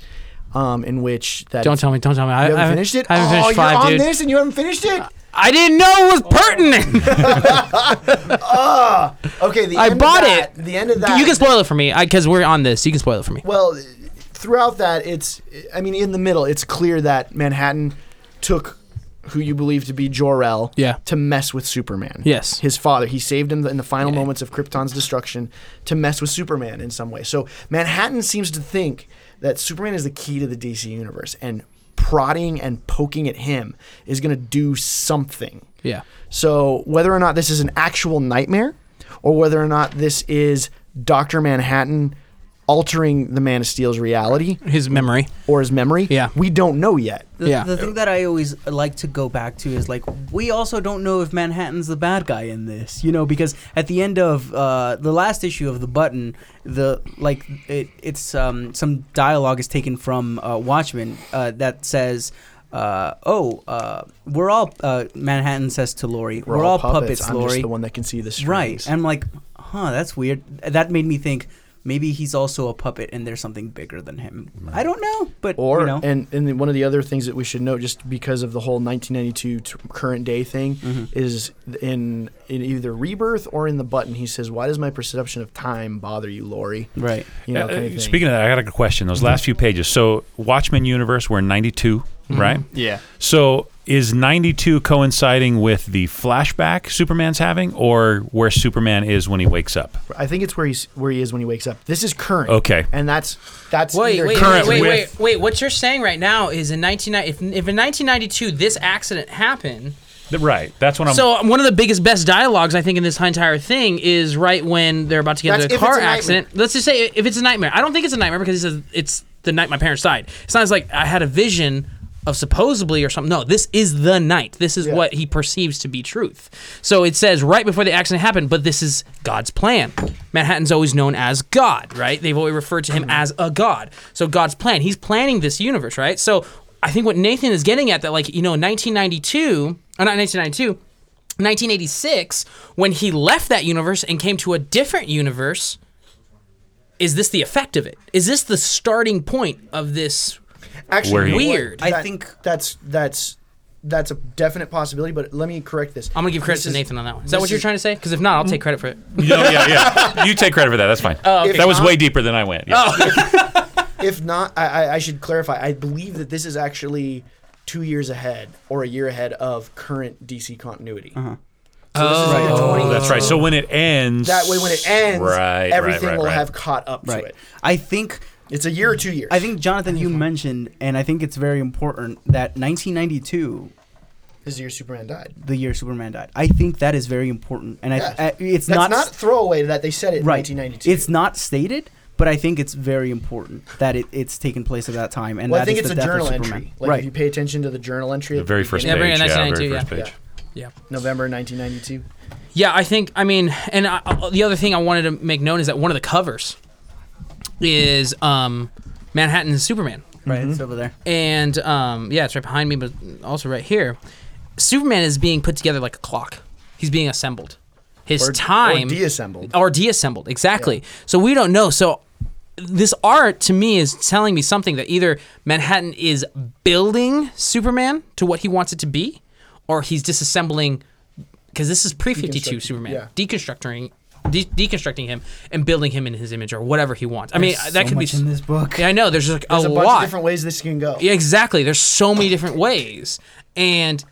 S1: um, in which that
S2: Don't tell me. Don't tell me. I
S1: you haven't
S2: I
S1: finished it.
S2: I haven't
S1: oh,
S2: finished
S1: you're
S2: five,
S1: on
S2: dude.
S1: this and you haven't finished it.
S2: I didn't know it was pertinent.
S1: Okay, the
S2: I
S1: end of
S2: bought
S1: that-
S2: it.
S1: The end of that.
S2: you can spoil it for me, because we're on this. You can spoil it for me.
S1: Well, throughout that, it's I mean, in the middle, it's clear that Manhattan took who you believe to be Jor El
S2: Yeah.
S1: to mess with Superman.
S2: Yes.
S1: his father. He saved him in the final moments of Krypton's destruction to mess with Superman in some way. So Manhattan seems to think that Superman is the key to the DC universe, and prodding and poking at him is going to do something.
S2: Yeah.
S1: So whether or not this is an actual nightmare, or whether or not this is Doctor Manhattan altering the Man of Steel's reality
S2: His memory.
S1: or his memory,
S2: Yeah.
S1: we don't know yet.
S4: The,
S2: Yeah.
S4: the thing that I always like to go back to is like we also don't know if Manhattan's the bad guy in this, you know, because at the end of uh, the last issue of the Button, the like it, it's um, some dialogue is taken from uh, Watchmen uh, that says. Uh, oh, uh, we're all uh, Manhattan says to Lori. We're, all puppets,
S1: I'm
S4: Lori.
S1: just the one that can see the strings.
S4: Right. And I'm like, huh, that's weird. That made me think maybe he's also a puppet and there's something bigger than him. I don't know, but
S1: or
S4: you know.
S1: and and one of the other things that we should note, just because of the whole 1992 t- current day thing,
S4: Mm-hmm.
S1: is in in either Rebirth or in the Button, he says, "Why does my perception of time bother you, Lori?"
S4: right.
S1: You know,
S5: Uh,
S1: kind of thing.
S5: speaking of that, I got a question. Those last few pages. So Watchmen universe, we're in '92, right?
S3: Yeah.
S5: So is 92 coinciding with the flashback Superman's having or where Superman is when he wakes up?
S1: I think it's where he's where he is when he wakes up. This is current.
S5: Okay.
S1: And that's that's
S2: Wait,
S1: either
S2: wait,
S5: current
S2: wait, wait,
S5: with-
S2: wait, wait. What you're saying right now is in 1990, if, if in 1992 this accident happened,
S5: Th- Right. That's what I'm
S2: so one of the biggest, best dialogues I think in this entire thing is right when they're about to get
S1: That's
S2: into a
S1: if it's
S2: car
S1: a nightmare.
S2: accident. Let's just say if it's a nightmare. I don't think it's a nightmare because he says it's the night my parents died. It sounds like I had a vision of supposedly or something. No, this is the night. This is
S1: Yeah.
S2: what he perceives to be truth. So it says right before the accident happened, but this is God's plan. Manhattan's always known as God, right? They've always referred to him as a God. So God's plan. He's planning this universe, right? So I think what Nathan is getting at that, like, you know, 1992, or not 1992, 1986, when he left that universe and came to a different universe, is this the effect of it? Is this the starting point of this?
S1: Actually,
S5: Where he-
S1: you know what?
S2: Weird.
S4: I
S1: That-
S4: think-
S1: that's that's that's a definite possibility. But let me correct this.
S2: I'm gonna give credit
S1: This
S2: to
S1: is-
S2: Nathan on that one.
S1: this
S2: Is that what you're
S1: is-
S2: trying to say? Because if not, I'll take credit for it.
S5: No, yeah, yeah. You take credit for that. That's fine.
S2: Oh, okay.
S5: That was
S1: Tom-
S5: way deeper than I went. Yeah.
S1: If not, I, I, I should clarify. I believe that this is actually two years ahead or a year ahead of current DC continuity.
S2: Uh-huh.
S1: So
S2: Oh.
S1: this is like a 20
S5: Oh, That's right. So when it ends,
S1: That way, when it ends,
S5: right,
S1: everything
S5: right, right,
S1: will
S5: right.
S1: have caught up
S4: Right.
S1: to it.
S4: I think
S1: It's a year or two years.
S4: I think Jonathan, you mentioned, and I think it's very important that 1992,
S1: this is the year Superman died.
S4: the year Superman died. I think that is very important, and
S1: Yeah.
S4: I, I it's
S1: That's
S4: not,
S1: not, throwaway that they said it in
S4: right.
S1: 1992.
S4: It's not stated, but I think it's very important that it, it's taken place at that time. And
S1: well,
S4: that
S1: I think
S4: is
S1: it's
S4: the
S1: a
S4: death of
S1: journal
S4: Superman.
S1: entry. Like
S4: right.
S1: if you pay attention to the journal entry,
S5: the
S1: at
S5: very
S1: the
S5: first
S1: beginning,
S2: Yeah, very
S5: page.
S1: yeah.
S2: 1992,
S5: Yeah, very first page.
S2: Yeah.
S1: November 1992.
S2: Yeah, I think. I mean, and I, I- the other thing I wanted to make known is that one of the covers is um, Manhattan and Superman,
S4: Right, it's over there.
S2: and um, yeah, it's right behind me, but also right here. Superman is being put together like a clock. He's being assembled. His
S1: Or- or
S2: time
S1: deassembled.
S2: or deassembled exactly. So we don't know. So this art to me is telling me something that either Manhattan is building Superman to what he wants it to be, or he's disassembling because this is pre fifty two
S1: Deconstructing,
S2: Superman
S1: yeah.
S2: deconstructing. De- deconstructing him and building him in his image or whatever he wants. I mean, that
S4: so
S2: could
S4: much
S2: be.
S4: in this book.
S2: Yeah, I know. There's like
S1: There's a, bunch
S2: lot.
S1: of different ways this can go.
S2: Yeah, exactly. There's so many different ways. And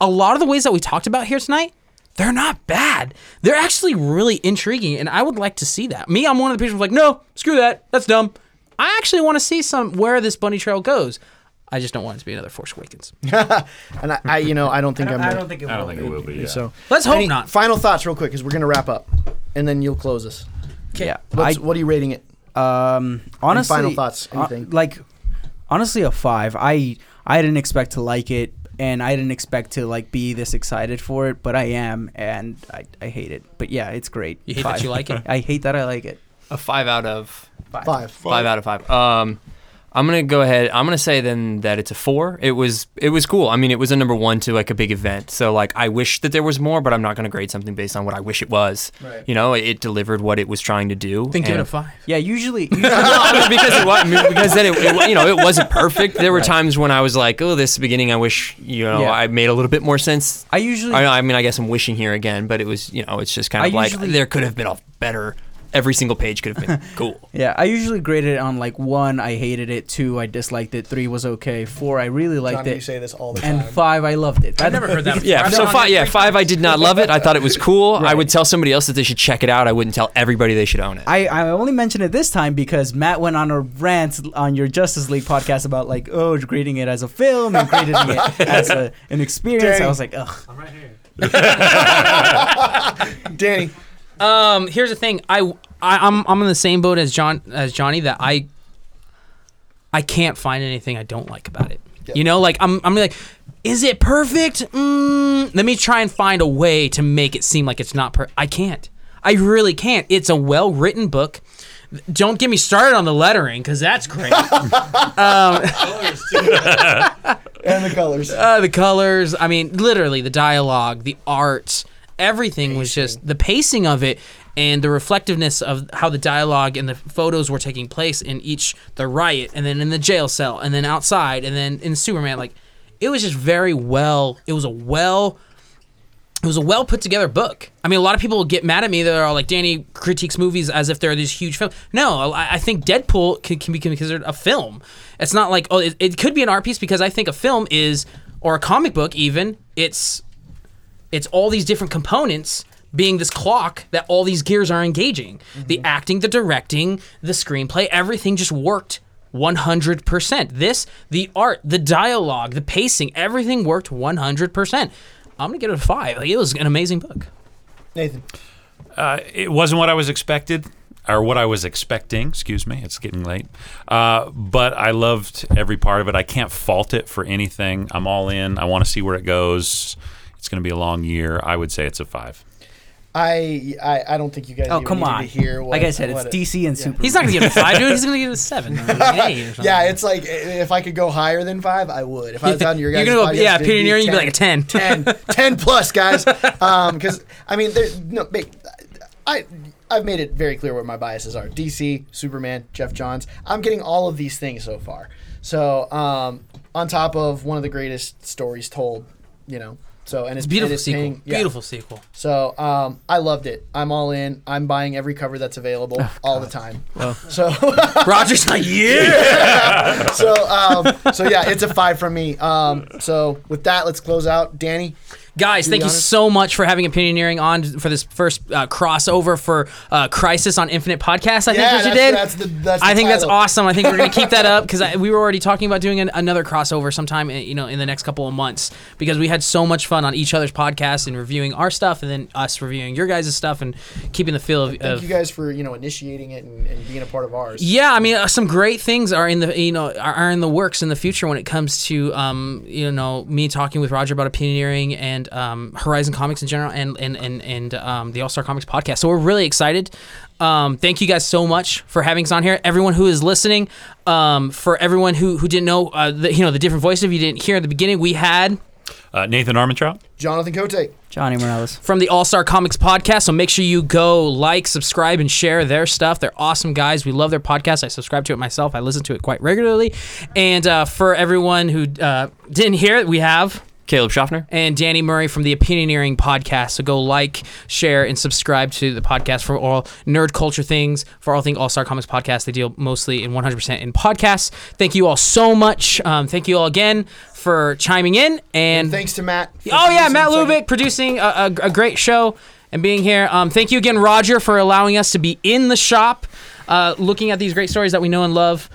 S2: a lot of the ways that we talked about here tonight, they're not bad. They're actually really intriguing, and I would like to see that. Me, I'm one of the people who's like, no, screw that. That's dumb. I actually want to see some where this bunny trail goes. I just don't want it to be another Force Awakens.
S1: And I, I, you know, I don't think I'm.
S4: I
S1: gonna-
S4: don't think it will.
S5: I don't think it will be. Yeah.
S1: so.
S2: Let's hope
S1: Any
S2: not.
S1: Final thoughts, real quick, because we're gonna wrap up, and then you'll close us.
S4: Yeah.
S1: What's, what are you rating it?
S4: Um, honestly,
S1: final thoughts,
S4: uh,
S1: anything?
S4: like, honestly, a five. I I didn't expect to like it, and I didn't expect to like be this excited for it, but I am, and I, I hate it. But yeah, it's great.
S2: You hate that you like it?
S4: I hate that I like it.
S3: A five out of
S1: Five.
S3: five out of five. Um, I'm gonna go ahead. I'm gonna say then that it's a four. It was it was cool. I mean, it was a number one to like a big event. So like, I wish that there was more, but I'm not gonna grade something based on what I wish it was.
S1: Right.
S3: You know, it, it delivered what it was trying to do.
S2: Then give it
S3: and-
S2: a five.
S4: Yeah, usually,
S3: No, I mean, because it was, because then it, it you know it wasn't perfect. There were times when I was like, oh, this beginning, I wish you know
S4: Yeah.
S3: I made a little bit more sense.
S4: I usually
S3: I, I mean, I guess I'm wishing here again, but it was you know it's just kind
S4: I
S3: of like
S4: usually-
S3: there could have been a better. Every single page could have been cool.
S4: Yeah, I usually grade it on like one, I hated it. Two, I disliked it. Three was okay. Four, I really liked
S1: Johnny,
S4: it.
S1: you say this all the
S4: and
S1: time.
S4: five, I loved it.
S2: I've never heard that. before.
S3: Yeah,
S2: I've
S3: so
S2: done
S3: five.
S2: it
S3: Yeah,
S2: three
S3: five. I did not love it. I thought it was cool. I would tell somebody else that they should check it out. I wouldn't tell everybody they should own it.
S4: I, I only mention it this time because Matt went on a rant on your Justice League podcast about like oh grading it as a film and grading it as a, an experience. I
S1: Dang.
S4: was like ugh.
S1: Danny,
S2: Um, here's the thing. I, I I'm I'm in the same boat as John as Johnny that I I can't find anything I don't like about it. You know, like I'm I'm like, is it perfect? Mm, let me try and find a way to make it seem like it's not per. I can't. I really can't. It's a well written book. Don't get me started on the lettering because that's great.
S1: and the colors.
S2: uh, the colors. I mean, literally the dialogue, the art, everything was just the pacing of it and the reflectiveness of how the dialogue and the photos were taking place in each the riot and then in the jail cell and then outside and then in Superman. Like, it was just very well. It was a well. It was a well put together book. I mean, a lot of people get mad at me. They're all like, "Danny critiques movies as if they're these huge films." No, I, I think Deadpool can, can be considered a film. It's not like oh, it, it could be an art piece because I think a film is or a comic book even. It's it's all these different components being this clock that all these gears are engaging. The
S1: Mm-hmm.
S2: acting, the directing, the screenplay, everything just worked 100%. This, the art, the dialogue, the pacing, everything worked 100%. I'm going to give it a 5. Like, it was an amazing book.
S1: Nathan,
S5: Uh, it wasn't what I was expected, or what I was expecting. Excuse me, it's getting late. Uh, but I loved every part of it. I can't fault it for anything. I'm all in. I want to see where it goes. It's going to be a long year. I would say it's a five.
S1: I, I, I don't think you guys.
S4: Oh
S1: even
S4: come
S1: needed
S4: on.
S1: To hear what,
S4: like I said, it's
S1: what it-
S4: DC and Superman.
S2: He's not going to give it a 5, dude. He's going to give it a 7 or an 8 or something.
S1: Yeah, it's like i- if I could go higher than five, I would. If I was on your
S2: You're
S1: guys'
S2: gonna go-
S1: podcast,
S2: yeah,
S1: it'd
S2: Pioneer, you'd be like a 10.
S1: 10, 10 plus, guys. Because I mean, there's no. Make, I I've made it very clear what my biases are: DC, Superman, Jeff Johns. I'm getting all of these things so far. So um, on top of one of the greatest stories told you know. So and it's
S2: Beautiful
S1: and it's
S2: sequel.
S1: paying- yeah.
S2: Beautiful sequel.
S1: So um, I loved it. I'm all in. I'm buying every cover that's available
S2: Oh,
S1: all the time. So
S2: Roger's like, yeah.
S1: so um, so yeah, it's a five from me. Um, so with that, let's close out. Danny,
S2: Guys, thank you
S1: honest.
S2: so much for having Opinioneering on for this first uh, crossover for uh, Crisis on Infinite Podcast. I
S1: Yeah,
S2: think that you
S1: that's-
S2: did.
S1: that's the- that's the
S2: I think that's
S1: title.
S2: awesome. I think we're gonna keep that up because we were already talking about doing an, another crossover sometime. uh, You know, in the next couple of months because we had so much fun on each other's podcasts and reviewing our stuff and then us reviewing your guys' stuff and keeping the feel of.
S1: thank
S2: of
S1: you guys for you know initiating it and, and being a part of ours.
S2: yeah, I mean, uh, some great things are in the you know are, are in the works in the future when it comes to um you know me talking with Roger about opinioneering and um, Horizon Comics in general and and and and um, the All Star Comics podcast. So we're really excited. Um, thank you guys so much for having us on here. Everyone who is listening, um, for everyone who who didn't know, uh, the, you know the different voices you didn't hear at the beginning, we had
S5: Uh, Nathan Armentrout.
S1: Jonathan Cote.
S4: Johnny Morales.
S2: from the All Star Comics podcast. So make sure you go like, subscribe, and share their stuff. They're awesome guys. We love their podcast. I subscribe to it myself. I listen to it quite regularly. And uh, for everyone who uh, didn't hear it, we have
S3: Caleb Schaffner.
S2: and Danny Murray from the Opinioneering podcast. So go like, share, and subscribe to the podcast for all nerd culture things, for all things All Star Comics podcast. They deal mostly in 100% in podcasts. Thank you all so much. Um, thank you all again for chiming in. And,
S1: Thanks to Matt. for
S2: Oh yeah,
S1: producing
S2: Matt
S1: the second-
S2: Lubick producing a, a, a great show and being here. Um, thank you again, Roger, for allowing us to be in the shop, uh, looking at these great stories that we know and love.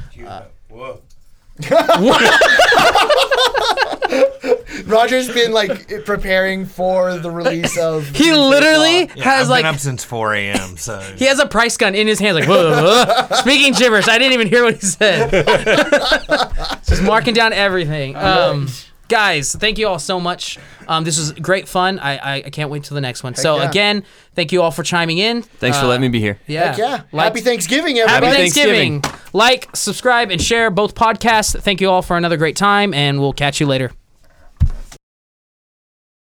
S1: Roger's been like preparing for the release of.
S2: He literally
S6: Yeah,
S2: has
S6: I've
S2: like
S6: been up since 4 a.m. So
S2: he has a price gun in his hand, like speaking gibberish. I didn't even hear what he said. Just marking down everything. Um, guys, thank you all so much. Um, this was great fun. I, I, I can't wait till the next one. so
S1: yeah.
S2: again, thank you all for chiming in. Uh,
S3: Thanks for letting me be here.
S2: Yeah,
S1: Heck yeah.
S2: Like-
S1: Happy Thanksgiving,
S2: Happy
S1: everybody.
S2: Thanksgiving. Like, subscribe, and share both podcasts. Thank you all for another great time, and we'll catch you later.